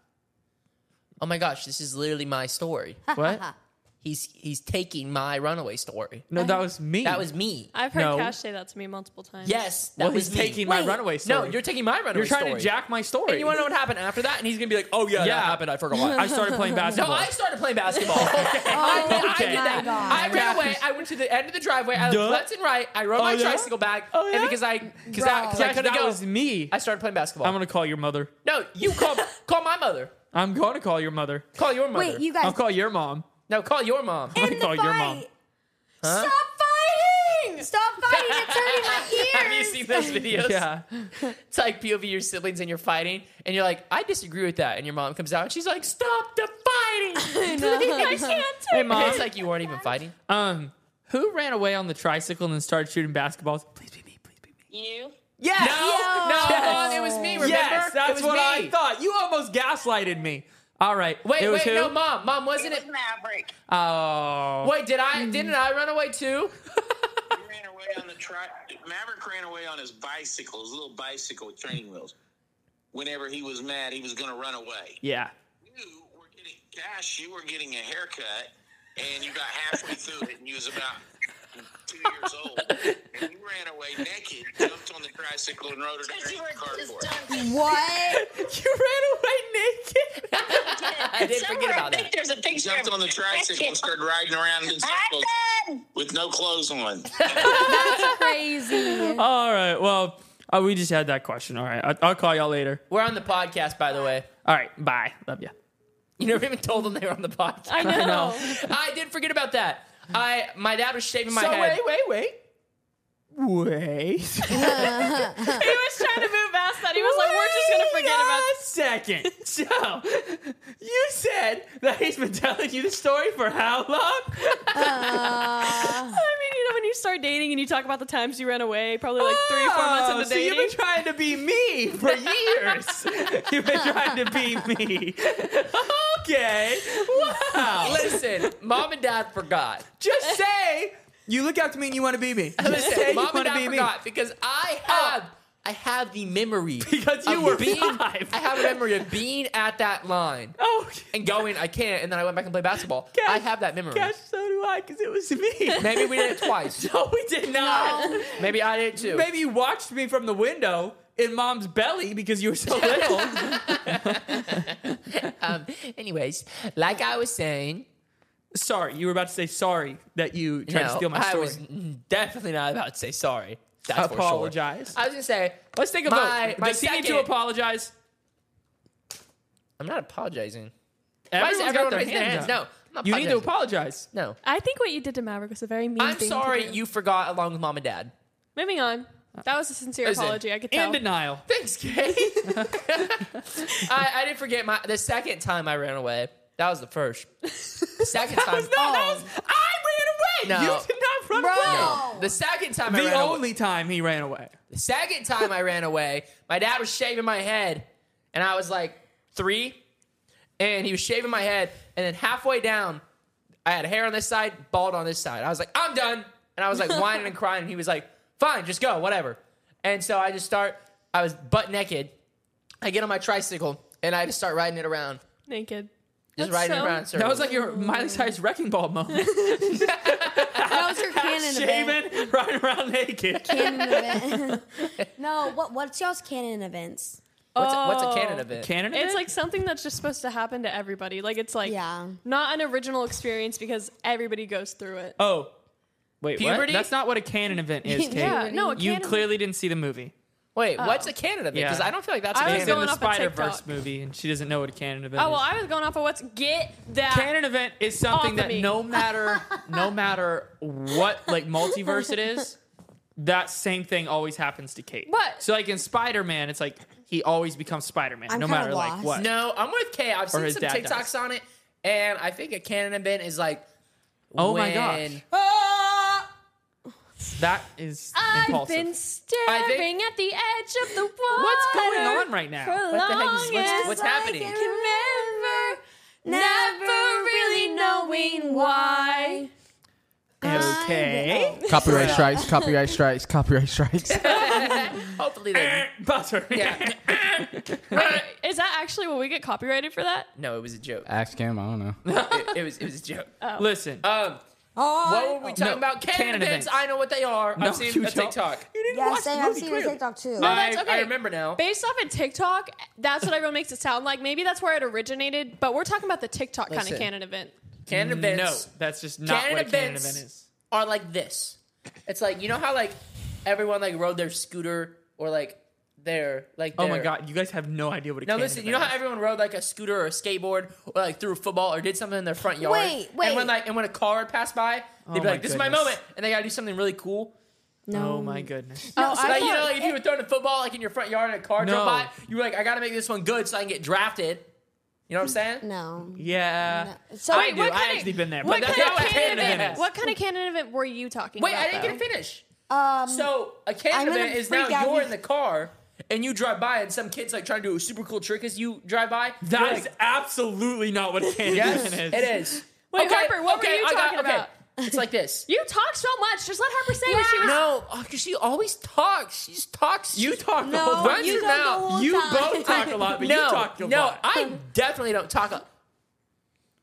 Oh my gosh, this is literally my story.
What?
He's he's taking my runaway story.
No, that was me.
That was me.
I've heard
No.
Cash say that to me multiple times.
Yes, that
Well,
was
he's
me.
taking my
Wait.
runaway
No,
story.
you're taking my runaway.
You're trying
story.
to jack my story.
And you want to know what happened after that? And he's gonna be like, "Oh yeah,
Yeah.
that happened. I forgot." why."
I started playing
no,
basketball.
I started playing basketball. okay.
oh
I did
my
that.
god,
I ran away. I went to the end of the driveway. I looked
Duh.
left and right. I rode
Oh,
my
yeah?
tricycle back.
Oh, yeah?
And because I because
Bro.
I, 'cause I
Josh,
couldn't
that
go,
was me.
I started playing basketball.
I'm gonna call your mother.
no, you call call my mother.
I'm going to call your mother.
Call your mother.
Wait, you
I'll
guys
call your mom.
no, call your mom.
I'm
in
gonna
the
call your
fight.
mom.
Stop fighting! Stop fighting! It's hurting
Have
my
you
ears.
seen those videos?
Yeah.
It's like POV your siblings and you're fighting, and you're like, I disagree with that. And your mom comes out and she's like, Stop the fighting!
I can't.
Hey
Take
mom.
It's like you weren't even fighting.
Um, who ran away on the tricycle and then started shooting basketballs? Please be me. Please be me.
you.
Yes.
No, no,
Yes.
Mom, it was me. Remember? it
that's
was
what
me.
I thought. You almost gaslighted me. All right.
Wait,
it was
wait,
who?
no, Mom, Mom,
It
wasn't it?
was Maverick.
Oh.
Wait, did I? Didn't I run away too?
He ran away on the tri- Maverick ran away on his bicycle, his little bicycle with training wheels. Whenever he was mad, he was going to run away.
Yeah.
You were getting, gosh, you were getting a haircut, and you got halfway through it, and you was about two years old, and you ran away naked, jumped on the tricycle, and rode it
Because you
underneath the
were just
cardboard.
done.
What?
You ran away naked.
I did forget
Somewhere, I
about
think
that.
there's a picture.
Jumped
of
on the tricycle and started riding around in circles
Hudson!
with no clothes on.
Crazy.
All right. Well, uh, we just had that question. All right. I- I'll call y'all later.
We're on the podcast, by the way.
All right. Bye. Love you.
You never even told them they were on the podcast.
I know.
I did forget about that. I my dad was shaving my
so
head.
wait, wait, wait. wait.
He was trying to move past that. He was like, we're just gonna forget about
a second. So, you said that he's been telling you the story for how long?
I mean, you know, when you start dating and you talk about the times you ran away, probably like three, four
Oh,
months into
so you've
dating.
been trying to be me for years. you've been trying to be me. okay. Wow.
Listen, mom and dad forgot.
Just say you look up to me and you want to be me. Just say
Listen,
you
mom and
want to
dad
be me. Oh.
forgot because I have I have the memory
Because you
of
were
being,
five.
I have a memory of being at that line
Oh,
and going. I can't, and then I went back and played basketball.
Gosh.
I have that memory.
gosh, so do I, because it was me.
Maybe we did it twice.
no, we did not.
Maybe I did too.
Maybe you watched me from the window in mom's belly because you were so little.
Um, anyways, like I was saying,
sorry, you were about to say sorry that you tried to
no,
steal my
I
story.
was definitely not about to say sorry. That's for sure.
apologize.
I was gonna say,
Let's take a
My-
vote.
my
Does he need to
second-
apologize?
I'm not apologizing. Why does
Everyone's
everyone
got their
raise their hands?
hands.
No,
up.
I'm not
you need to
apologizing.
apologize.
No,
I think what you did to Maverick was a very mean
I'm
thing. to
sorry
do.
you forgot along with mom and dad.
Moving on. That was a sincere
Listen,
apology. I could
In
tell.
denial.
Thanks, Kay. I, I didn't forget my the second time I ran away. That was the first. Second time. Oh,
No, that was I ran away.
No.
You did not run
Bro.
away.
Oh, the second time I
The
ran away.
only time he ran away.
The second time I ran away, my dad was shaving my head, and I was like three, and he was shaving my head, and then halfway down, I had hair on this side, bald on this side. I was like, I'm done, and I was like whining and crying, and he was like, Fine, just go, whatever. And so I just start. I was butt naked. I get on my tricycle and I just start riding it around,
Naked. That's
just riding
so-
it around. in
That
circles.
was like your Miley Cyrus wrecking ball moment.
That was your canon event.
Shaven, running around naked.
Canon event. no, what what's y'all's canon events?
what's, a, what's a canon
Oh.
event?
Canada.
It's like something that's just supposed to happen to everybody. Like it's like
Yeah.
not an original experience because everybody goes through it.
oh, wait, what?
Puberty?
That's not what a canon event is. Kate.
yeah, no, a
you
canon-
clearly didn't see the movie.
Wait, what's a canon event?
Yeah.
Because I don't feel like that's a
I was
She's
canon.
in
going
the
off a
Spider Verse
TikTok.
movie, and she doesn't know what a canon event
Oh well,
is.
I was going off of what's get that.
canon event is
Uh, Off
something
of
that
me.
no matter no matter what like multiverse it is that same thing always happens to kate
What?
so like in spider-man it's like he always becomes spider-man
I'm
no
kinda
matter like
lost.
what
No, I'm with Kay. I've seen
his
some
dad
TikToks
does.
on it, and I think a canon event is like,
oh my
when-
gosh that is
I've
impulsive
been
I think-
staring at the edge of the water.
what's going on right
For
now
What the heck
long
is-
as
what's, what's happening?
like
can remember, never really knowing why.
okay
Copyright strikes, copyright strikes, copyright strikes.
Eh.
Hopefully, they.
butter
yeah.
Is that actually what we get copyrighted for that?
No, it was a joke.
Ask him, I don't know.
It, it was it was a joke.
listen
Uh,
Um,
Oh,
what were we talking
No,
about? Canon,
canon
events.
events.
I know what they are.
No,
I've seen
you
a
don't.
TikTok.
you didn't
yeah,
watch
same,
the
I've
movie
seen
clearly.
the TikTok too.
No, that's
I-
okay.
I remember now.
Based off of TikTok, that's what everyone makes it sound like. Maybe that's where it originated, but we're talking about the TikTok kind
Listen.
of canon event.
Canon
no
events
that's just not
Canon
what a canon
events.
event is
are like this. It's like you know how like everyone like rode their scooter or like their like.
oh my
their-
god you guys have no idea what a
No,
canon
listen. You know
event
how everyone rode like a scooter or a skateboard, or like threw a football, or did something in their front yard.
Wait,
And when
wait.
like and when a car would pass by, they'd be
Oh, my
like, "This is my
goodness.
moment," and they gotta do something really cool.
is? oh my goodness
oh,
So like, you know, like if you were throwing a football like in your front yard and a car
No.
drove by, you were like, "I gotta make this one good so I can get drafted." You know what I'm saying?
No.
yeah
No. So
I do.
what kind
I
of-
actually been there.
what
but that's
kind
not
of
what a
canon
canon
event?
event is.
What kind of canon event were you talking
Wait,
about?
I didn't
though?
get to finish.
um,
So a canon
I'm gonna
event is now
freak out
you're
if-
in the car and you drive by, and some kids like trying to do a super cool trick as you drive by. You're
That
like,
is absolutely not what a canon
yes,
event
it
is.
is.
Wait, Harper, what were you
I got-
talking about?
It's like this.
You talk so much. Just let Harper say what she was.
No, because she always talks. She just talks.
You talk the
No,
whole time.
you
your
talk the
mouth.
whole
You
time.
both talk a lot, but
no,
you talk a
no,
lot.
I definitely don't talk a.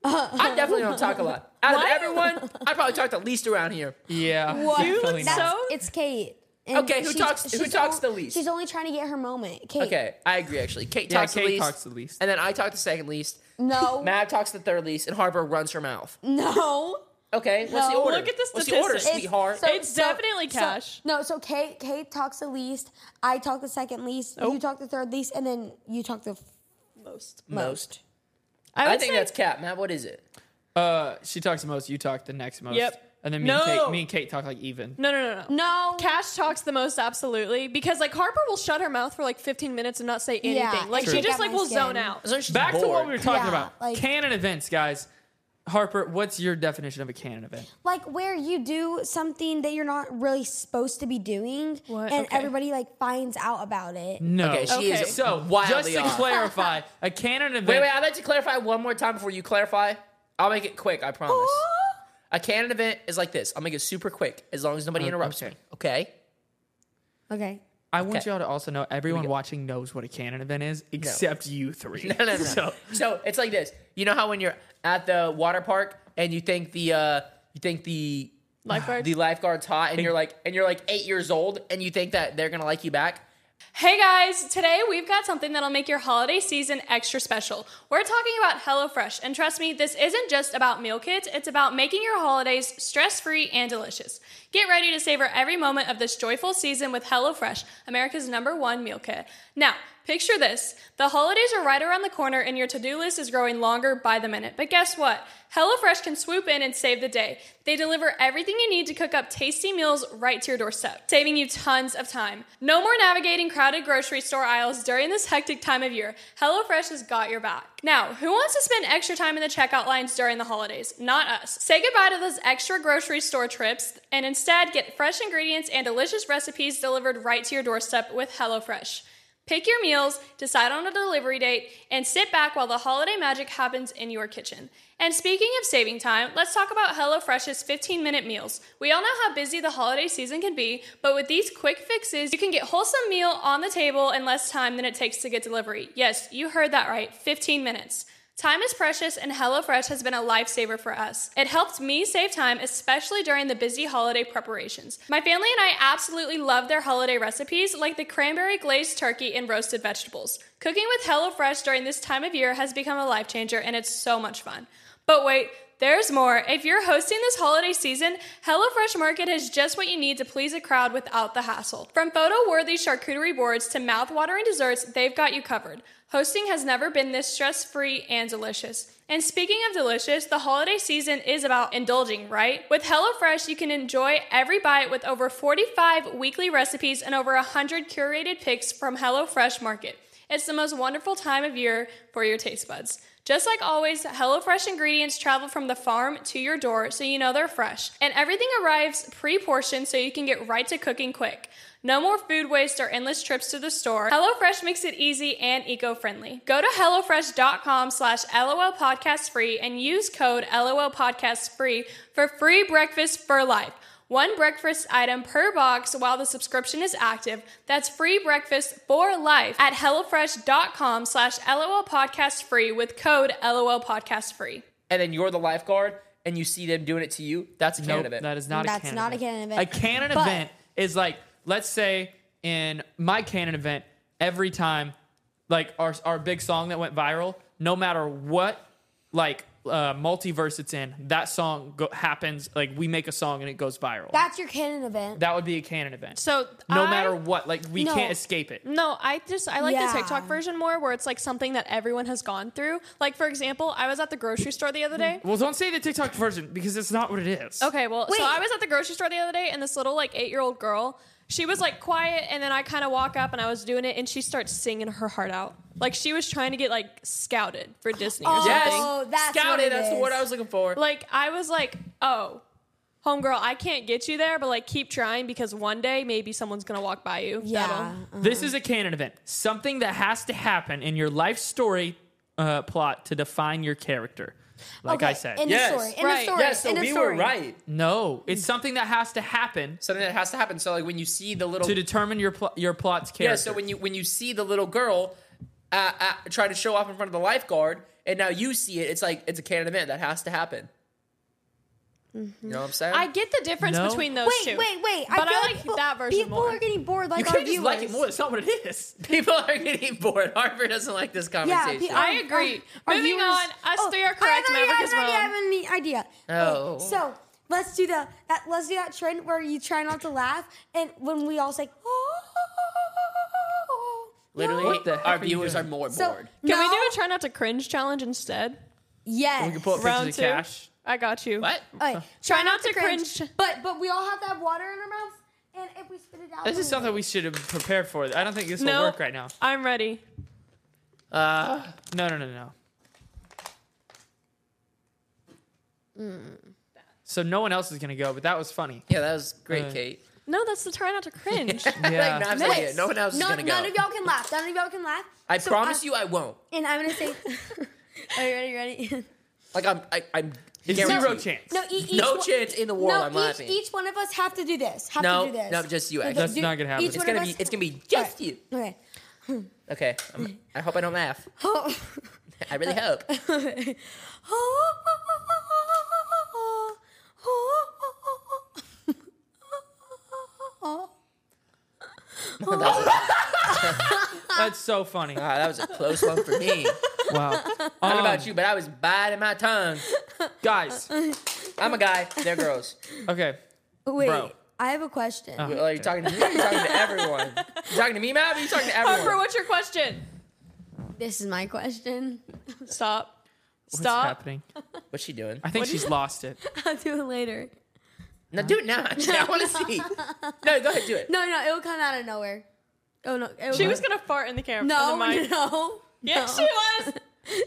I definitely don't talk a lot. Out of
What?
everyone, I probably talk the least around here.
yeah.
What?
definitely
That's,
not.
so-
It's Kate. And
Okay, who
she's-
talks- who
she's
talks
on-
the least?
She's only trying to get her moment. Kate.
Okay, I agree. Actually, Kate
Yeah,
talks
Kate
the least.
talks the least.
and then I talk the second least.
No.
Mav talks the third least, and Harper runs her mouth.
No.
Okay, what's the
No.
order?
Look at the
What's the order,
statistics.
It's-
sweetheart?
so-
It's
so-
definitely
so-
Cash.
no, so Kate Kate talks the least. I talk the second least. You talk the third least, and then you talk the f-
Most.
most.
I,
I,
would
think
say-
that's cap. Mav, what is it?
Uh, she talks the most. You talk the next most.
Yep.
And then me and
No.
Kate, me and Kate talk like even.
No, no, no, no.
No.
Cash talks the most absolutely because like Harper will shut her mouth for like 15 minutes and not say anything.
Yeah,
like
True.
she
check
just
out
like
my
will
skin.
zone out.
So she's
Back to what
bored.
we were talking
Yeah,
about.
like-
canon events, guys. Harper, what's your definition of a canon event?
like where you do something that you're not really supposed to be doing
What?
and
Okay.
everybody like finds out about it.
No.
Okay, she
Okay.
is
so
so
just
wildly
to
off.
clarify, a canon event.
Wait, wait. I'd like to clarify one more time before you clarify. I'll make it quick. I promise. A canon event is like this. I'll make it super quick as long as nobody
Oh,
interrupts
okay.
me. Okay.
Okay.
I want
Okay.
y'all to also know everyone
go.
watching knows what a canon event is, except you three.
No, no, no.
So,
So, it's like this. You know how when you're at the water park and you think the uh, you think the
Lifeguard?
the lifeguard's hot and you're like and you're like eight years old and you think that they're gonna like you back.
Hey guys, today we've got something that'll make your holiday season extra special. We're talking about HelloFresh, and trust me, this isn't just about meal kits, it's about making your holidays stress free and delicious. Get ready to savor every moment of this joyful season with HelloFresh, America's number one meal kit. Now, picture this the holidays are right around the corner, and your to do list is growing longer by the minute. But guess what? HelloFresh can swoop in and save the day. They deliver everything you need to cook up tasty meals right to your doorstep, saving you tons of time. No more navigating crowded grocery store aisles during this hectic time of year. HelloFresh has got your back. Now, who wants to spend extra time in the checkout lines during the holidays? Not us. Say goodbye to those extra grocery store trips and instead get fresh ingredients and delicious recipes delivered right to your doorstep with HelloFresh. Pick your meals, decide on a delivery date, and sit back while the holiday magic happens in your kitchen. And speaking of saving time, let's talk about HelloFresh's 15 minute meals. We all know how busy the holiday season can be, but with these quick fixes, you can get wholesome meal on the table in less time than it takes to get delivery. Yes, you heard that right 15 minutes. Time is precious, and HelloFresh has been a lifesaver for us. It helped me save time, especially during the busy holiday preparations. My family and I absolutely love their holiday recipes, like the cranberry glazed turkey and roasted vegetables. Cooking with HelloFresh during this time of year has become a life changer, and it's so much fun. But wait, there's more. If you're hosting this holiday season, HelloFresh Market has just what you need to please a crowd without the hassle. From photo worthy charcuterie boards to mouthwatering desserts, they've got you covered. Hosting has never been this stress free and delicious. And speaking of delicious, the holiday season is about indulging, right? With HelloFresh, you can enjoy every bite with over 45 weekly recipes and over 100 curated picks from HelloFresh Market. It's the most wonderful time of year for your taste buds. Just like always, HelloFresh ingredients travel from the farm to your door so you know they're fresh. And everything arrives pre portioned so you can get right to cooking quick. No more food waste or endless trips to the store. HelloFresh makes it easy and eco-friendly. Go to HelloFresh.com slash LOL Podcast Free and use code LOL Podcast Free for free breakfast for life. One breakfast item per box while the subscription is active. That's free breakfast for life at HelloFresh.com slash LOL Podcast Free with code LOL Podcast Free.
And then you're the lifeguard and you see them doing it to you. That's a canon
nope,
event.
that is not
That's
a canon
not a
event.
canon event.
A canon
But-
event is like, let's say in my canon event, every time, like our, our big song that went viral, no matter what, like, uh, multiverse it's in, that song go- happens, like, we make a song and it goes viral.
That's your canon event.
that would be a canon event.
So
no
I-
matter what, like, we
No.
can't escape it.
No, I just I like
Yeah.
the TikTok version more where it's like something that everyone has gone through. Like for example, I was at the grocery store the other day.
Well, don't say the TikTok version because it's not what it is.
Okay, well,
Wait.
so I was at the grocery store the other day and this little like 8-year-old girl, she was like quiet and then I kind of walk up and I was doing it and she starts singing her heart out. Like she was trying to get like scouted for Disney or
Oh,
something.
yes.
that's what
Scouted.
it
That's the
is.
word I was looking for.
Like I was like, "Oh, homegirl, I can't get you there, but like keep trying because one day maybe someone's going to walk by you."
Yeah.
That'll-
This is a canon event, something that has to happen in your life story uh, plot to define your character. Like
okay,
I said,
In
Yes.
the story. In the
Right.
story.
yes, so
in the
we
story.
were right.
no, it's something that has to happen
Something that has to happen. So like when you see the little
to determine your pl- your plot's character.
Yeah, so when you when you see the little girl uh, uh, try to show off in front of the lifeguard, and now you see it, it's like it's a canon event that has to happen.
Mm-hmm.
You know what I'm saying?
I get the difference
No.
between those
Wait,
two.
wait, wait.
But I
feel
like
people-
that version
People
more.
are getting bored like
you
our
can't
viewers.
just like it more. That's not what it is.
People are getting bored. Harper doesn't like this
Yeah,
conversation.
pe-
I agree.
our
Moving
viewers- oh,
on, us three are
I have
correct,
an idea,
Maverick
I have
is
an idea, I
wrong.
have an idea.
Oh.
Okay, so let's do the that, let's do that trend where you try not to laugh, and when we all say, oh,
Literally,
What the heck
our
are you
viewers
doing?
are more
so
bored.
Can we
no,
do a try not to cringe challenge instead?
Yes.
We can pull up
Round
pictures
two.
of cash.
I got you.
What?
Okay,
Try not to cringe.
But but we all have that water in our mouths, and if we spit it out,
This
then
is something we should have prepared for. I don't think this
No.
will work right now.
I'm ready.
Uh, no, no, no, no. So no one else is gonna go, but that was funny.
Yeah, that was great,
Uh,
Knives
No, that's the try not to cringe.
Yeah.
like, Nav's
Next.
like, no one else
None-
is gonna
None
go.
of y'all can laugh. None of y'all can laugh.
I
So
promise
I'm-
you, I won't.
And I'm gonna say, are you ready? Ready?
Like I'm, I, I'm
Zero
guaranteed.
chance.
no, e- each
No
one-
chance in the world
No,
I'm
each,
laughing.
each one of us have to do this. Have
No,
to do this.
no, just you,
Okay,
Ashley.
That's not gonna happen.
each
It's
It's
one
gonna
of
be,
us-
it's gonna be just
Alright.
you.
Okay.
Okay, I'm, I hope I don't laugh. I really
Uh,
hope. that, was a,
That's so funny.
ah, that was a close one for me.
Wow.
Not
Um.
about you, but I was biting my tongue.
guys.
I'm a guy. They're girls.
Okay.
Wait,
Bro.
I have a question.
Uh,
Well, are you talking to me? Are you talking to everyone? You talking to me, Matt? Are you talking to
Harper,
everyone?
what's your question?
This is my question.
Stop.
What's
Stop.
happening?
What's she doing?
I think she's lost it.
I'll do it later.
No, do it now. Actually, I want to see. No, go ahead, do it.
No, no, it will come out of nowhere. Oh no, it will
She was gonna fart in the camera.
No,
in the mic.
no.
Yes,
no.
she was.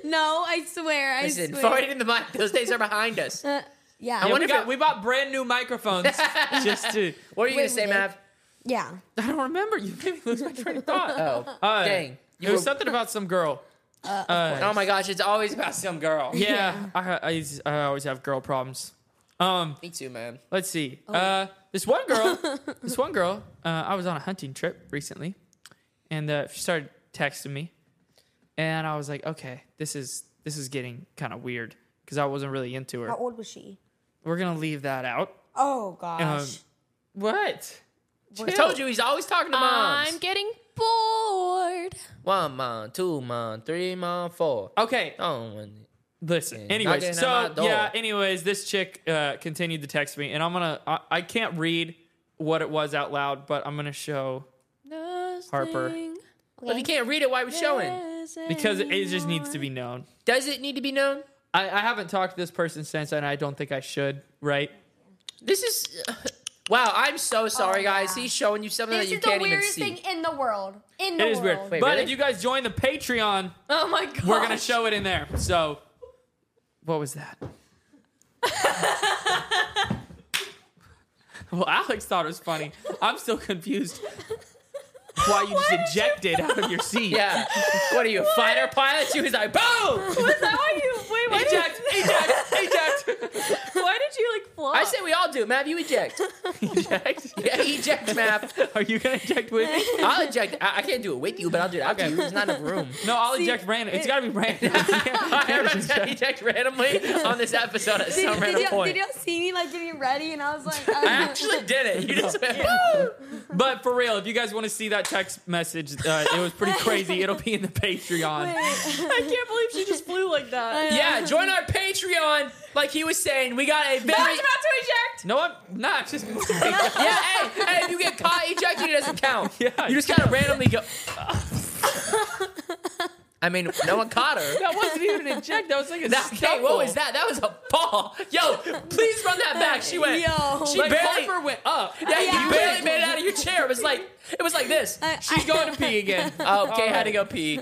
No, I swear. I
Listen,
swear.
forward in the mic. Those days are behind us.
Uh, yeah.
I
Yeah,
wonder
we,
if
got,
it-
we bought brand new microphones just to.
What are you
Wait,
gonna say,
wait.
Mav?
yeah.
I don't remember. You made me lose my train of thought.
Oh,
Uh,
dang. You
There was
were-
something about some girl. Uh,
Oh my gosh, it's always about some girl.
yeah, I, I, I always have girl problems. Um,
Me too, man.
let's see. Uh, this one girl, this one girl. Uh, I was on a hunting trip recently, and uh, she started texting me, and I was like, okay, this is this is getting kind of weird because I wasn't really into her.
How old was she?
We're gonna leave that out.
Oh gosh.
uh,
Um, what?
I told you he's always talking to moms.
I'm getting bored.
One mom, two mom, three mom, four.
Okay,
Oh, one.
Listen.
Yeah,
Anyways,
knocking
so
at my door.
yeah. Anyways, this chick uh, continued to text me, and I'm gonna. I, I can't read what it was out loud, but I'm gonna show Harper.
If you can't read it, why are we showing?
because it, it just needs to be known.
Does it need to be known?
I, I haven't talked to this person since, and I don't think I should. Right?
This is. Wow, I'm so sorry, guys. He's showing you something
Oh, this
that you
is the
can't even
weirdest
see.
thing in the world. In the
It is
world.
weird.
Oh, Wait,
but
really?
if you guys join the Patreon,
Oh my god.
we're gonna show it in there. So, what was that? well, Alex thought it was funny. I'm still confused. Why you just ejected out of your seat?
Yeah. what are you, a fighter pilot? She was like, boom!
Is that why you? Wait, why did,
Eject, eject, eject.
why did you like flop?
I say we all do. Mav, you eject.
Eject?
Yeah, eject, Mav.
Are you gonna eject with me?
I'll eject. I, I can't do it with you, but I'll do it after you. There's not enough room.
No, I'll eject random. It's gotta be random. I can't- I can't
Everyone's
just
gonna
eject.
eject randomly on this episode at
Did,
some
did,
random
y'all,
point.
did y'all see me like getting ready and I was like,
I
uh,
actually did it. You just went,
but for real, if you guys want to see that text message, uh, it was pretty crazy. It'll be in the Patreon.
wait.
I can't believe she just flew like that.
yeah, join our Patreon. Like he was saying, we got a
I
very
was about to eject.
No, I'm not. Just
yeah. Hey, hey, if you get caught ejecting, it doesn't count.
Yeah.
you just gotta randomly go. I mean, no one caught her.
that wasn't even an eject. That was like a
That, hey, what was that? That was a ball. Yo, please run that back. She went.
Yo.
she
Like
barely.
Harper went up.
Yeah,
Yeah.
you barely made it out of your chair. It was like it was like this.
I-
She's going to pee again.
Oh, Kate had to go pee.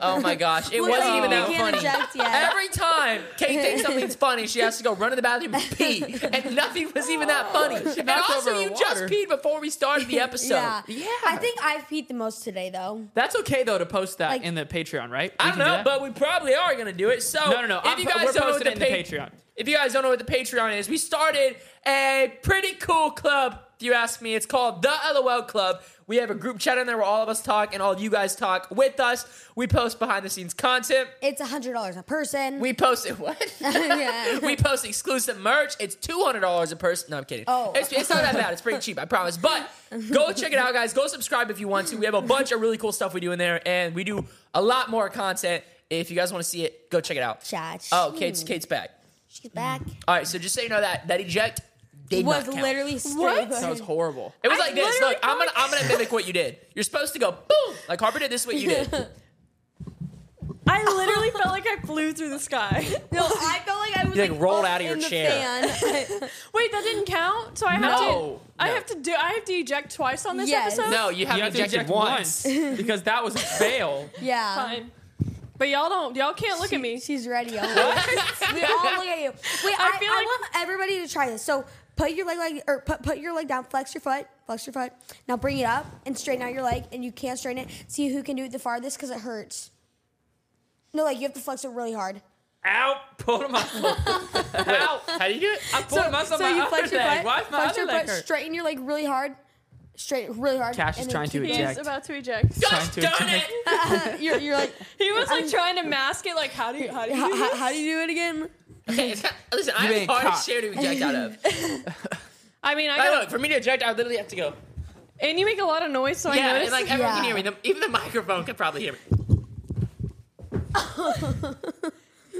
Oh my gosh, it wasn't even
we
that
can't
funny.
eject yet.
Every time Kate thinks something's funny, she has to go run to the bathroom and pee, and nothing was even that funny. And
knocked
also,
over her
you just
water.
peed before we started the episode.
yeah.
Yeah.
I think I've peed the most today though.
That's okay though to post that
Like-
in the Patreon, right?
I
We can
don't
do
know,
that?
but we probably are gonna do it. So
no, no, no.
If
I'm-
you guys
we're
don't know
posting
what the,
it in the
pa-
Patreon.
if you guys don't know what the Patreon is, we started a pretty cool club. If you ask me, it's called the LOL Club. We have a group chat in there where all of us talk and all of you guys talk with us. We post behind the scenes content.
It's a hundred dollars a person.
We post what?
Yeah.
we post exclusive merch. It's two hundred dollars a person. No, I'm kidding.
Oh.
it's, it's not that bad. It's pretty cheap, I promise. But go check it out, guys. Go subscribe if you want to. We have a bunch of really cool stuff we do in there, and we do a lot more content. If you guys want to see it, go check it out.
Chat.
Oh, Kate's Kate's back.
She's back.
All right, so just so you know that that eject did
was
not count.
literally straight.
What?
That was horrible.
It was
I
like this.
literally
Look, I'm gonna I'm gonna mimic what you did. You're supposed to go boom like Harper did. This is what you did.
I I literally felt like I flew through the sky.
No, I felt like I was
You, like,
like,
rolled
up
out of your
in the
chair.
fan.
Wait, that didn't count. So I have
No.
to. I
No.
have to do. I have to eject twice on this
Yes.
episode.
No, you
you
haven't
have to
ejected
eject
once.
once because that was a fail.
yeah.
Fine. But y'all don't. Y'all can't look
She-
at me.
She's ready. All we all look at you. Wait, I,
feel
I
like-
want everybody to try this. So put your leg like or put, put your leg down, flex your foot, flex your foot. Now bring it up and straighten out your leg, and you can't straighten it. See who can do it the farthest because it hurts. No, like you have to flex it really hard.
Ow! Pulled my foot. Ow! How do you do it? I pulled
So,
my
so you flex your foot,
Why is my
flex
other
your
leg
foot,
hurt?
straighten your leg really hard, straight really hard.
Cash is
and then
trying to
keep
He's
going.
eject.
about to eject.
Trying to
Done
eject.
it.
You're, you're like,
He was like trying to mask it. Like how do you? How do
how,
you?
how- how do you do it again?
Listen, I
being
have a hard
caught.
share to eject out of.
I mean, I
I
got
know, for me to eject, I would literally have to go.
And you make a lot of noise, so I
Yeah, and
noticed.
like everyone can
Yeah.
hear me. The- even the microphone could probably hear me.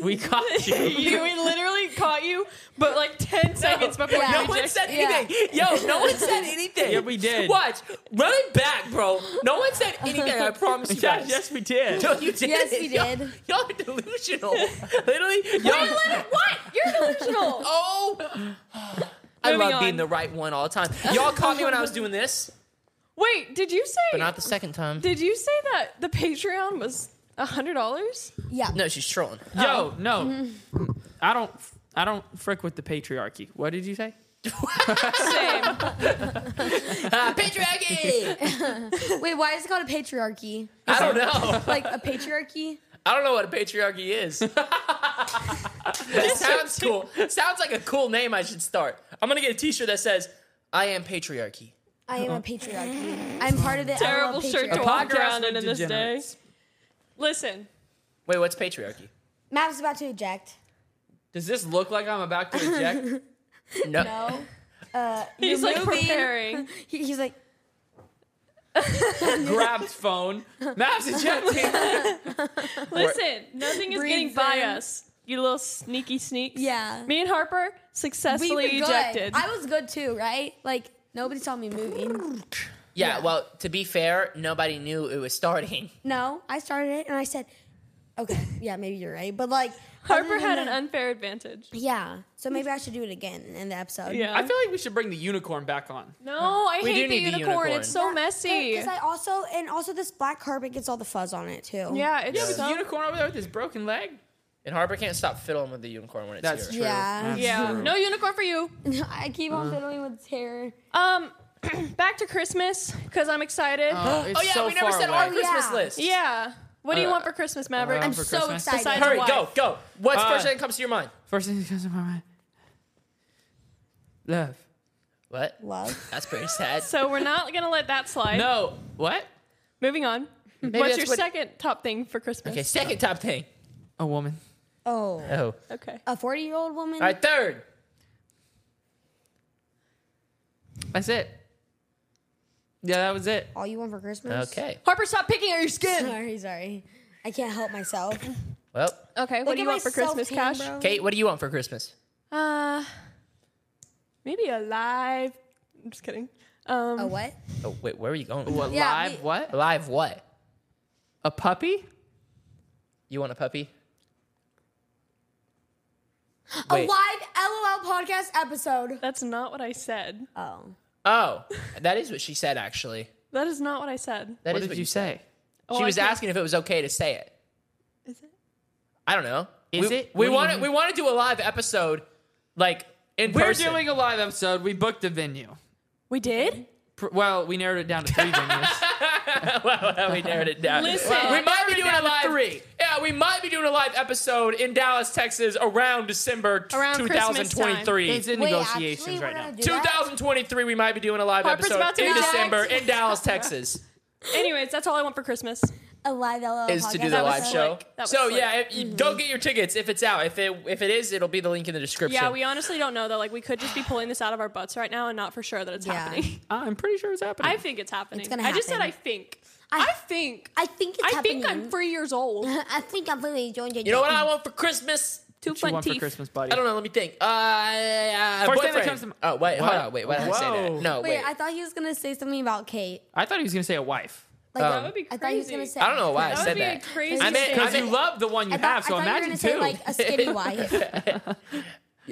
We caught you.
you, we literally caught you, but like ten seconds before
Yeah.
you
No one
ejected.
said
Yeah.
anything. Yo, no one said anything.
Yeah, we did.
Watch, run it back, bro. No one said anything. I promise you
Yeah,
guys.
yes, we did.
Yo, you did.
Yes,
it.
we did.
Y'all, y'all are delusional. Literally, y'all.
What? You're delusional.
oh, I
Moving
love being
on.
the right one all the time. Y'all caught me when I was doing this,
Wait, did you say?
but not the second time.
did you say that the Patreon was hundred dollars?
Yeah.
No, she's trolling.
Yo, no, I don't. I don't frick with the patriarchy. What did you say?
Same.
Ah, patriarchy.
Wait, why is it called a patriarchy?
I don't know.
Like a patriarchy?
I don't know what a patriarchy is. It sounds cool. Sounds like a cool name I should start. I'm gonna get a t-shirt that says, I am patriarchy.
I am a patriarchy. I'm part of it. I
Terrible
love
shirt to
patriarchy.
walk
podcast
around in
with
in this day.
degenerates.
Listen,
Wait, what's patriarchy?
Mav's about to eject.
Does this look like I'm about to eject?
No.
No. Uh,
he's
you're
like
moving.
preparing.
He- he's like,
Grabs phone. Maps ejecting.
Listen, nothing is
Breathe
getting by
in.
us. You little sneaky sneaks.
Yeah.
Me and Harper
we were
successfully
good.
ejected.
I was good too, right? Like nobody saw me moving.
Yeah, well, to be fair, nobody knew it was starting.
No, I started it and I said, okay, yeah, maybe you're right, but like
Harper
other than
had an
that-
unfair advantage.
yeah. So maybe I should do it again in the episode.
Yeah.
I feel like we should bring the unicorn back on.
No, I
We do
hate the
need the
unicorn.
unicorn.
It's so messy.
Because I also and also this black carpet gets all the fuzz on it too.
yeah, it's
Yeah, but
The
so.
unicorn over there with his broken leg.
And Harper can't stop fiddling with the unicorn when it's
That's
here.
true.
Yeah.
That's
yeah,
true.
no unicorn for you.
I keep
Uh-huh.
on fiddling with hair.
Um, back to Christmas because I'm excited.
Uh, it's
Oh yeah,
so
we never
far
said
away.
our Christmas
Yeah.
list.
yeah. What do you
Uh,
want for Christmas, Maverick?
uh,
I'm
For
so
Christmas?
excited.
Besides-
Hurry,
Why?
go, go. What's
Uh,
first thing that comes to your mind?
First thing that comes to my mind. Love.
What?
Love.
That's pretty sad.
so we're not gonna let that slide.
No. What?
Moving on.
Maybe
What's
that's
your
what-
second top thing for Christmas?
Okay, second top thing.
A woman.
Oh.
Oh. All
Okay.
A 40 year old woman?
right, third.
That's it. Yeah, that was it.
All you want for Christmas?
Okay.
Harper, stop picking at your skin.
Sorry, sorry. I can't help myself.
Well,
Okay, what do you want for Christmas, Cash?
Kate, what do you want for Christmas?
Uh, maybe a live. I'm just kidding. Um,
A what?
Oh, wait, where are you going?
What,
Yeah,
live?
we-
what?
Live what?
A puppy?
You want a puppy?
A
Wait.
live LOL podcast episode.
that's not what I said.
Oh.
Oh, that is what she said, actually.
That is not what I said.
That
what
is
did you
said.
say?
Oh,
she
I
was
can't-
asking if it was okay to say it.
Is it?
I don't know.
Is
we,
it? What do
We
you
want to
mean?
we want to do a live episode, like in
We're
person.
doing a live episode. We booked a venue.
We did.
Pr- Well, we narrowed it down to three venues.
well, we narrowed it down.
Listen,
we might
narrowed it
be doing
down
a
to
live.
three.
Yeah, we might be doing a live episode in Dallas, Texas, around December t-
Around Christmas time.
2023.
It's in
Wait, actually,
negotiations
we're
right
gonna
now.
do that?
2023, we might be doing a live
Harper's
episode
about to
in
die.
December in Dallas, Texas.
Anyways, that's all I want for Christmas.
A live LOL
is
podcast
to do the
That was
live
slick.
show.
That was
So
slick.
yeah, if, go get your tickets if it's out. If it if it is, it'll be the link in the description.
Yeah, we honestly don't know though. Like, we could just be pulling this out of our butts right now and not for sure that it's
Yeah.
happening.
I'm pretty sure it's happening.
I think it's happening.
It's gonna
I just said I
happen.
think. I,
I-
think.
I think it's
I
happening.
think I'm three years old.
I think I'm really enjoying it.
You know what I want for Christmas?
Two
what you
fun
want for
teeth.
Christmas, buddy?
I don't know. Let me think. Uh, uh
First thing that
boyfriend.
comes to m-
Oh wait,
What?
hold on. Wait, why did I say
Whoa.
that? No,
Wait,
wait.
I thought he was going to say something about Kate.
I thought he was going to say a wife.
Like
that would be crazy.
I thought he was gonna say.
Um, I don't know why I
That would
said
be a
that.
crazy
I meant, I,
Because you
meant,
love the one you
I thought,
have, so
I thought you
imagine
were gonna
two.
say like a skinny wife.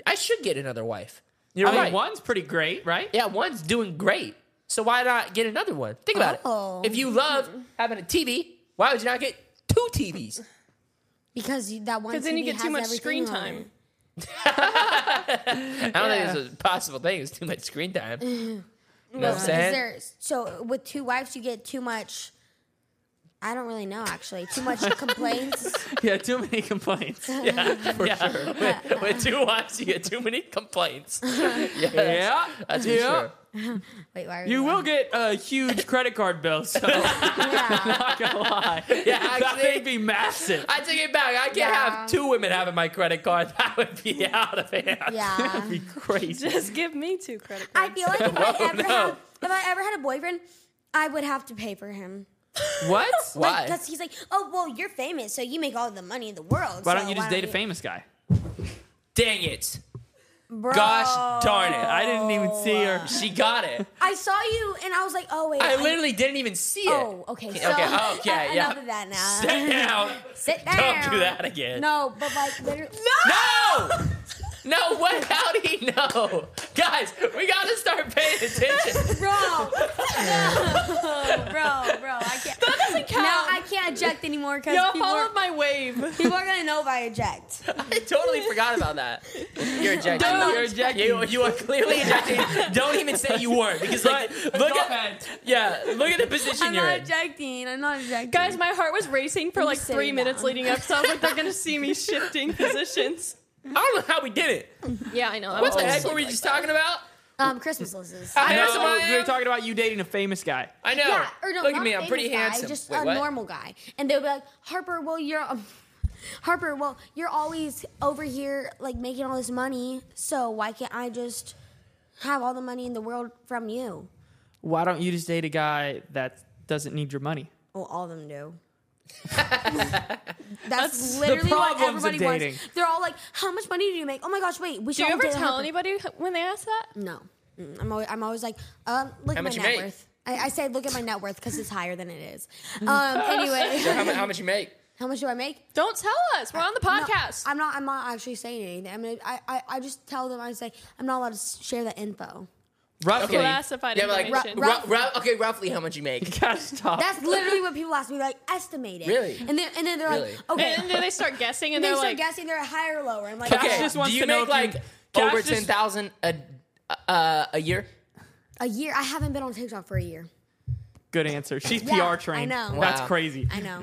I should get another wife.
I
You're
mean,
right.
one's pretty great, right?
Yeah, one's doing great. So why not get another one? Think about
Oh.
it. If you love having a TV, why would you not get two TVs?
Because you, that one.
Because then you
TV
get too
has
much
everything
screen
on
time.
it.
I don't think it's a possible thing. It's too much screen time. You know what I'm
Is
saying?
there- so with two wives, you get too much. I don't really know actually. Too much complaints.
Yeah, too many complaints. Yeah, for sure.
with, with two wives, you get too many complaints. yeah,
Yeah,
that's
yeah.
for sure.
Wait, why are
You
we
will
laughing?
get a huge credit card bill, so
Yeah.
not gonna lie.
Yeah,
That
actually,
would be massive.
I take it back. I can't
Yeah.
have two women having my credit card. That would be out of hand.
That'd
Yeah.
be crazy.
Just give me two credit
I
cards.
feel like if I ever
no.
had, if I ever had a boyfriend, I would have to pay for him.
What?
Why?
Because he's like, oh well, you're famous, so you make all the money in the world.
Why don't
so
you just date a famous guy?
Dang it.
Bro.
Gosh darn it.
I
I,
didn't even see her.
she got it.
I saw you and I was like, oh wait.
I literally didn't even see it.
Oh, okay. So
Okay, okay,
enough
yeah.
of that now.
Sit down.
Sit down.
Don't do that again.
No, but like literally.
No! No, what? How'd he know? Guys, we gotta start paying attention.
Bro, no, bro, bro, I can't.
doesn't count.
Now I can't eject anymore because
Y'all
people, are-
followed my wave.
people are gonna know if I eject.
I totally forgot about that. You're ejected.
Don't-
You're ejected. You, you are clearly ejected. Don't even say you weren't because like look at yeah, look at the position
I'm
you're
not
in.
ejecting. I'm not ejecting.
Guys, my heart was racing for like
sitting
three minutes
down.
leading up, so I was like, they're gonna see me shifting positions.
I don't know how we did it.
Yeah, I know.
What the heck were we just talking about?
um, Christmas losses.
I know
No,
someone I
we were
am.
talking about you dating a famous guy.
I know.
Yeah, or no,
look at
not
me. I'm
famous
pretty
guy,
handsome.
Just
Wait,
a
what?
normal guy, and they'll be like, Harper, well you're, um, Harper, well you're always over here like making all this money, so why can't I just have all the money in the world from you?
Why don't you just date a guy that doesn't need your money?
Well, all of them do. That's,
the
literally what
problems of
everybody wants.
dating.
They're all like, "How much money do you make?" Oh my gosh, wait, we should
Do you
all
ever
date on
tell
Harper."
anybody when they ask that?
No, Mm, I'm always, I'm always like, um, look at
How
my
much you
net
make?
worth. I, I say, look at my net worth because it's higher than it is. Um, anyway,
How, mu- how much you make?
how much do I make?
Don't tell us. We're on the
No,
podcast.
I'm not. I'm not actually saying anything. I'm gonna, I, I, I just tell them. I say I'm not allowed to s- share the info.
Roughly.
Classified
Yeah, but like,
information.
ru- ru- okay, roughly how much you make?
Gotta stop.
That's literally what people ask me. Like, estimate it.
Really?
And then, and then they're
Really?
like, okay.
And then they start guessing, and
they
they're
start
like,
guessing they're higher or lower. I'm like,
Cash
Okay,
just
do
wants
you
to know if
make
you-
like
Cash
over
just-
ten thousand a uh, a year?
"Ah, a year. I haven't been on TikTok for a year.
Good answer. She's
Yeah,
PR trained.
I know.
That's
Wow.
crazy.
I know.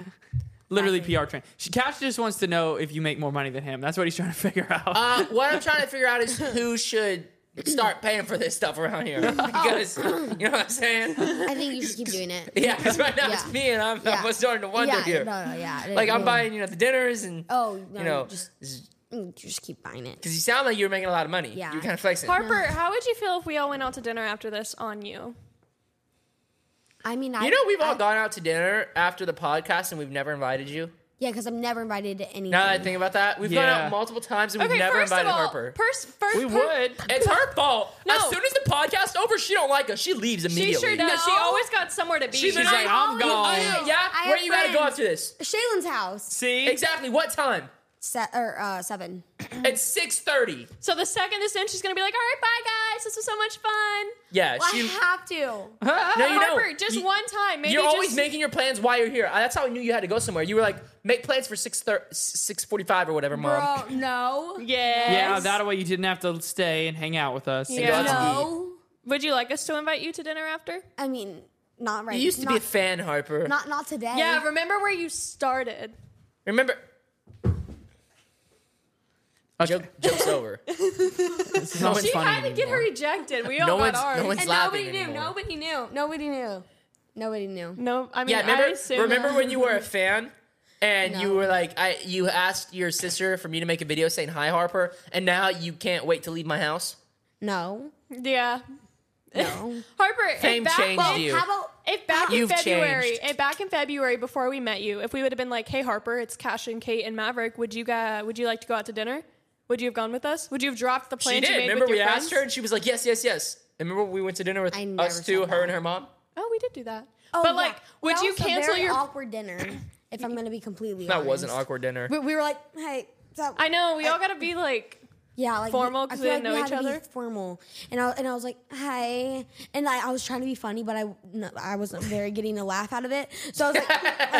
Literally PR trained. She, Cash just wants to know if you make more money than him. That's what he's trying to figure out.
Uh, what I'm trying to figure out is who should start paying for this stuff around here because you know what I'm saying?
I think you should keep doing it.
Yeah, because right now it's
Yeah.
me and I'm,
Yeah.
I'm starting to wonder
yeah,
here.
No, no, yeah.
Like I'm
Yeah.
buying you know the dinners and
Oh, no,
you know
you
because
just mm, just keep buying it.
you sound like you were making a lot of money.
Yeah.
you're kind of flexing.
Harper, how would you feel if we all went out to dinner after this on you?
I mean, I,
You know we've all
I-
gone out to dinner after the podcast and we've never invited you.
Yeah, because I'm never invited to anything.
Now that I think about that, we've gone
Yeah.
out multiple times and we've
Okay,
never
first
invited
of all,
Harper.
First, first,
we
per-
would.
It's her fault.
No.
As soon as the podcast over, she don't like us. She leaves
She
immediately.
sure does. She
No.
always got somewhere to be.
She's
She's
I
like, I'm
always-
gone.
Oh, yeah, yeah?
I have
Where you gotta go
friends.
after this?
Shaylin's house
See?
Exactly. What time?
se- or uh, seven.
At six thirty.
so the second this ends, she's gonna be like, "All right, bye guys. This was so much fun."
Yeah.
Well,
she,
I have to.
no, you
Harper,
don't.
just
You-
one time. Maybe
You're
just,
always making your plans while you're here. I- That's how I knew you had to go somewhere. You were like, make plans for six thir- six forty five or whatever, mom.
Bro, no.
Yes.
Yeah, that way you didn't have to stay and hang out with us.
Yeah.
No.
Would you like us to invite you to dinner after?
I mean, not right.
You used to
not,
be a fan, Harper.
Not not today.
Yeah. Remember where you started.
Remember?
Okay.
Joke, joke's over.
This is not
She
She
funny
had to get
anymore.
her ejected. We all
No
got
one's-
ours.
no one's
and
laughing
nobody knew.
anymore.
Nobody knew. Nobody knew. Nobody knew.
no, I mean,
Yeah,
I
remember?
assume
Remember when you were a fan? And you
No.
were like, I you asked your sister for me to make a video saying hi, Harper, and now you can't wait to leave my house.
No.
Yeah.
No. Oh,
Harper, if
Fame
back-
changed
well,
you.
How about
If back
You've
in February,
changed.
if back in February before we met you, if we would have been like, "Hey Harper, it's Cash and Kate and Maverick. Would you guys, would you like to go out to dinner? Would you have gone with us? Would you have dropped the plan you
She did.
made
Remember
with
we
your friends?
asked her, and she was like, "Yes, yes, yes." And remember we went to dinner with
I never
us two,
said
her
that.
and her mom.
Oh, we did do that.
Oh,
but
yeah.
like, would
That
you
was a
cancel
very
your?
awkward dinner? If I'm gonna be completely
That
honest.
was an awkward dinner.
We, we were like, hey, so
I know we all gotta be like.
yeah, like
formal
we-
'cause
I
we
feel
didn't
like
know
had
each
to be
other.
Formal, and I and I was like, hi, and I, I was trying to be funny, but I no, I wasn't very getting a laugh out of it. So I was like, I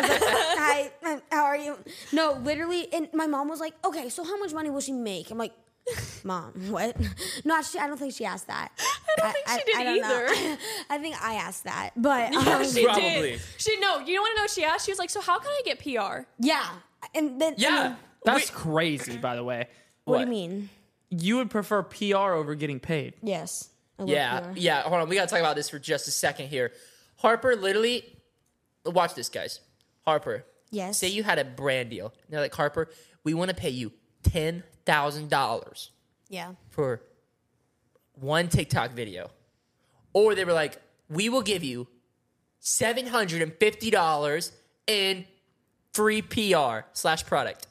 was like hi, um, how are you? No, literally, and my mom was like, okay, so how much money will she make? I'm like. Mom, what? No, actually, I don't think she asked that. I
don't think she did
I don't know.
either.
I think I asked that, but
Yeah,
um,
she
Probably.
did. She no. You don't want to know what she asked. She was like, "So how can I get PR?"
yeah, and then and
yeah.
then-
That's
We-
crazy, by the way.
what, do you mean?
You would prefer PR over getting paid.
Yes, I love
Yeah,
PR.
yeah. Hold on, we gotta talk about this for just a second here. Harper literally, watch this, guys. Harper,
yes.
say you had a brand deal. They're like, Harper, we want to pay you ten thousand dollars
yeah.
for one TikTok video, or they were like, we will give you seven hundred and fifty dollars in free PR slash product.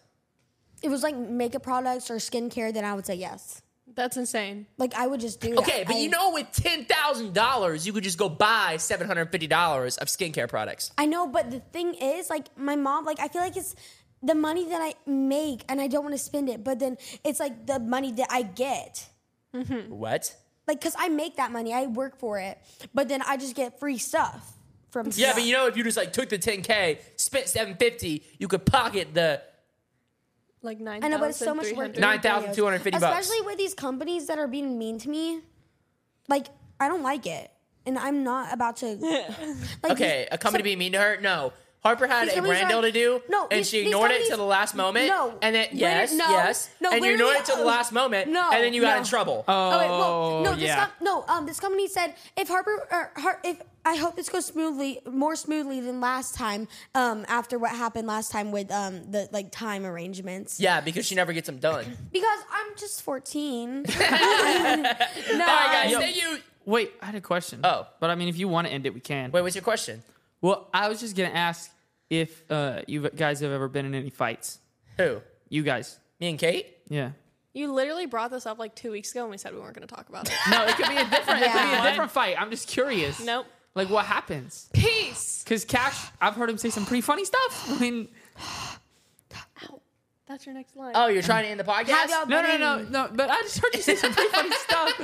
it was like makeup products or skincare, then I would say yes.
That's insane.
Like I would just do.
Okay,
that.
but
I,
you know, with ten thousand dollars, you could just go buy seven hundred and fifty dollars of skincare products.
I know, but the thing is, like my mom, like I feel like it's the money that I make, and I don't want to spend it, but then it's like the money that I get,
What?
like because I make that money, I work for it, but then I just get free stuff from.
Yeah, but you know, if you just like took the 10k, spent 750, you could pocket the.
Like nine.
I know, but it's so much work. doing
Nine- $9,250
videos.
bucks.
Especially with these companies that are being mean to me, like I don't like it, and I'm not about to. Like,
Okay,
these-
a company
so-
being mean to her? No. Harper had
These
a
companies
brand deal
are-
to do,
No,
and
these-
she
these
ignored it
companies-
till the last moment.
No.
and then
Literally-
yes,
no.
yes,
No,
and you
literally-
ignored it till the
oh,
last moment.
no,
and then you got in
no.
trouble.
Oh, wait, well,
Oh,
no, this
yeah.
com- no, um, this company said if Harper or Har- if I hope this goes smoothly, more smoothly than last time. Um, after what happened last time with um the like time arrangements,
yeah, because she never gets them done.
because I'm just 14. no,
All right, guys,
Yo.
thank you.
Wait, I had a question.
Oh.
But I mean, if you want to end it, we can.
Wait, what's your question?
Well, I was just going to ask if uh, you guys have ever been in any fights.
Who?
You guys.
Me and Kate?
Yeah.
You literally brought this up like two weeks ago, and we said we weren't going to talk about it.
No, it could be a different, it could be a
Yeah.
different fight. I'm just curious.
nope.
Like, what happens?
Peace.
Because Cash, I've heard him say some pretty funny stuff. I mean,
That's your next line.
Oh, you're trying to end the podcast?
Have y'all
no, no,
been
no,
in-
no. But I just heard you say some pretty funny stuff.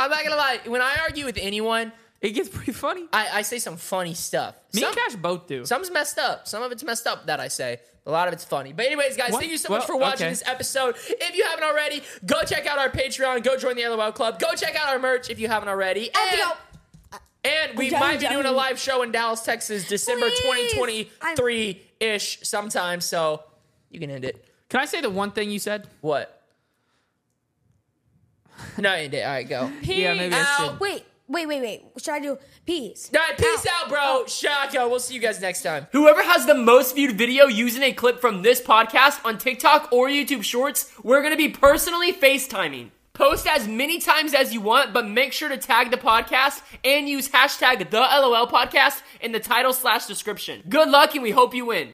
I'm not gonna lie. When I argue with anyone,
It gets pretty funny.
I, I say some funny stuff.
Me
Some-
and Cash both do.
Some's messed up. Some of it's messed up that I say. A lot of it's funny. But anyways, guys,
What?
thank you so
Well,
much for watching
okay.
this episode. If you haven't already, go check out our Patreon. Go join the LOL Club. Go check out our merch if you haven't already. And,
I'll be-
and we
Oh, I'm done,
might be
I'm
doing a
done.
live show in Dallas, Texas, December
Please!
2023 ish sometime. So you can end it.
Can I say the one thing you said?
What? No, end it. All right, go.
Peace.
Yeah, maybe I should.
Wait, wait, wait, wait. Should I do peace?
All right, peace out, bro. Shaka. We'll see you guys next time.
Whoever has the most viewed video using a clip from this podcast on TikTok or YouTube Shorts, we're going to be personally FaceTiming. Post as many times as you want, but make sure to tag the podcast and use hashtag the LOL podcast in the title slash description. Good luck and we hope you win.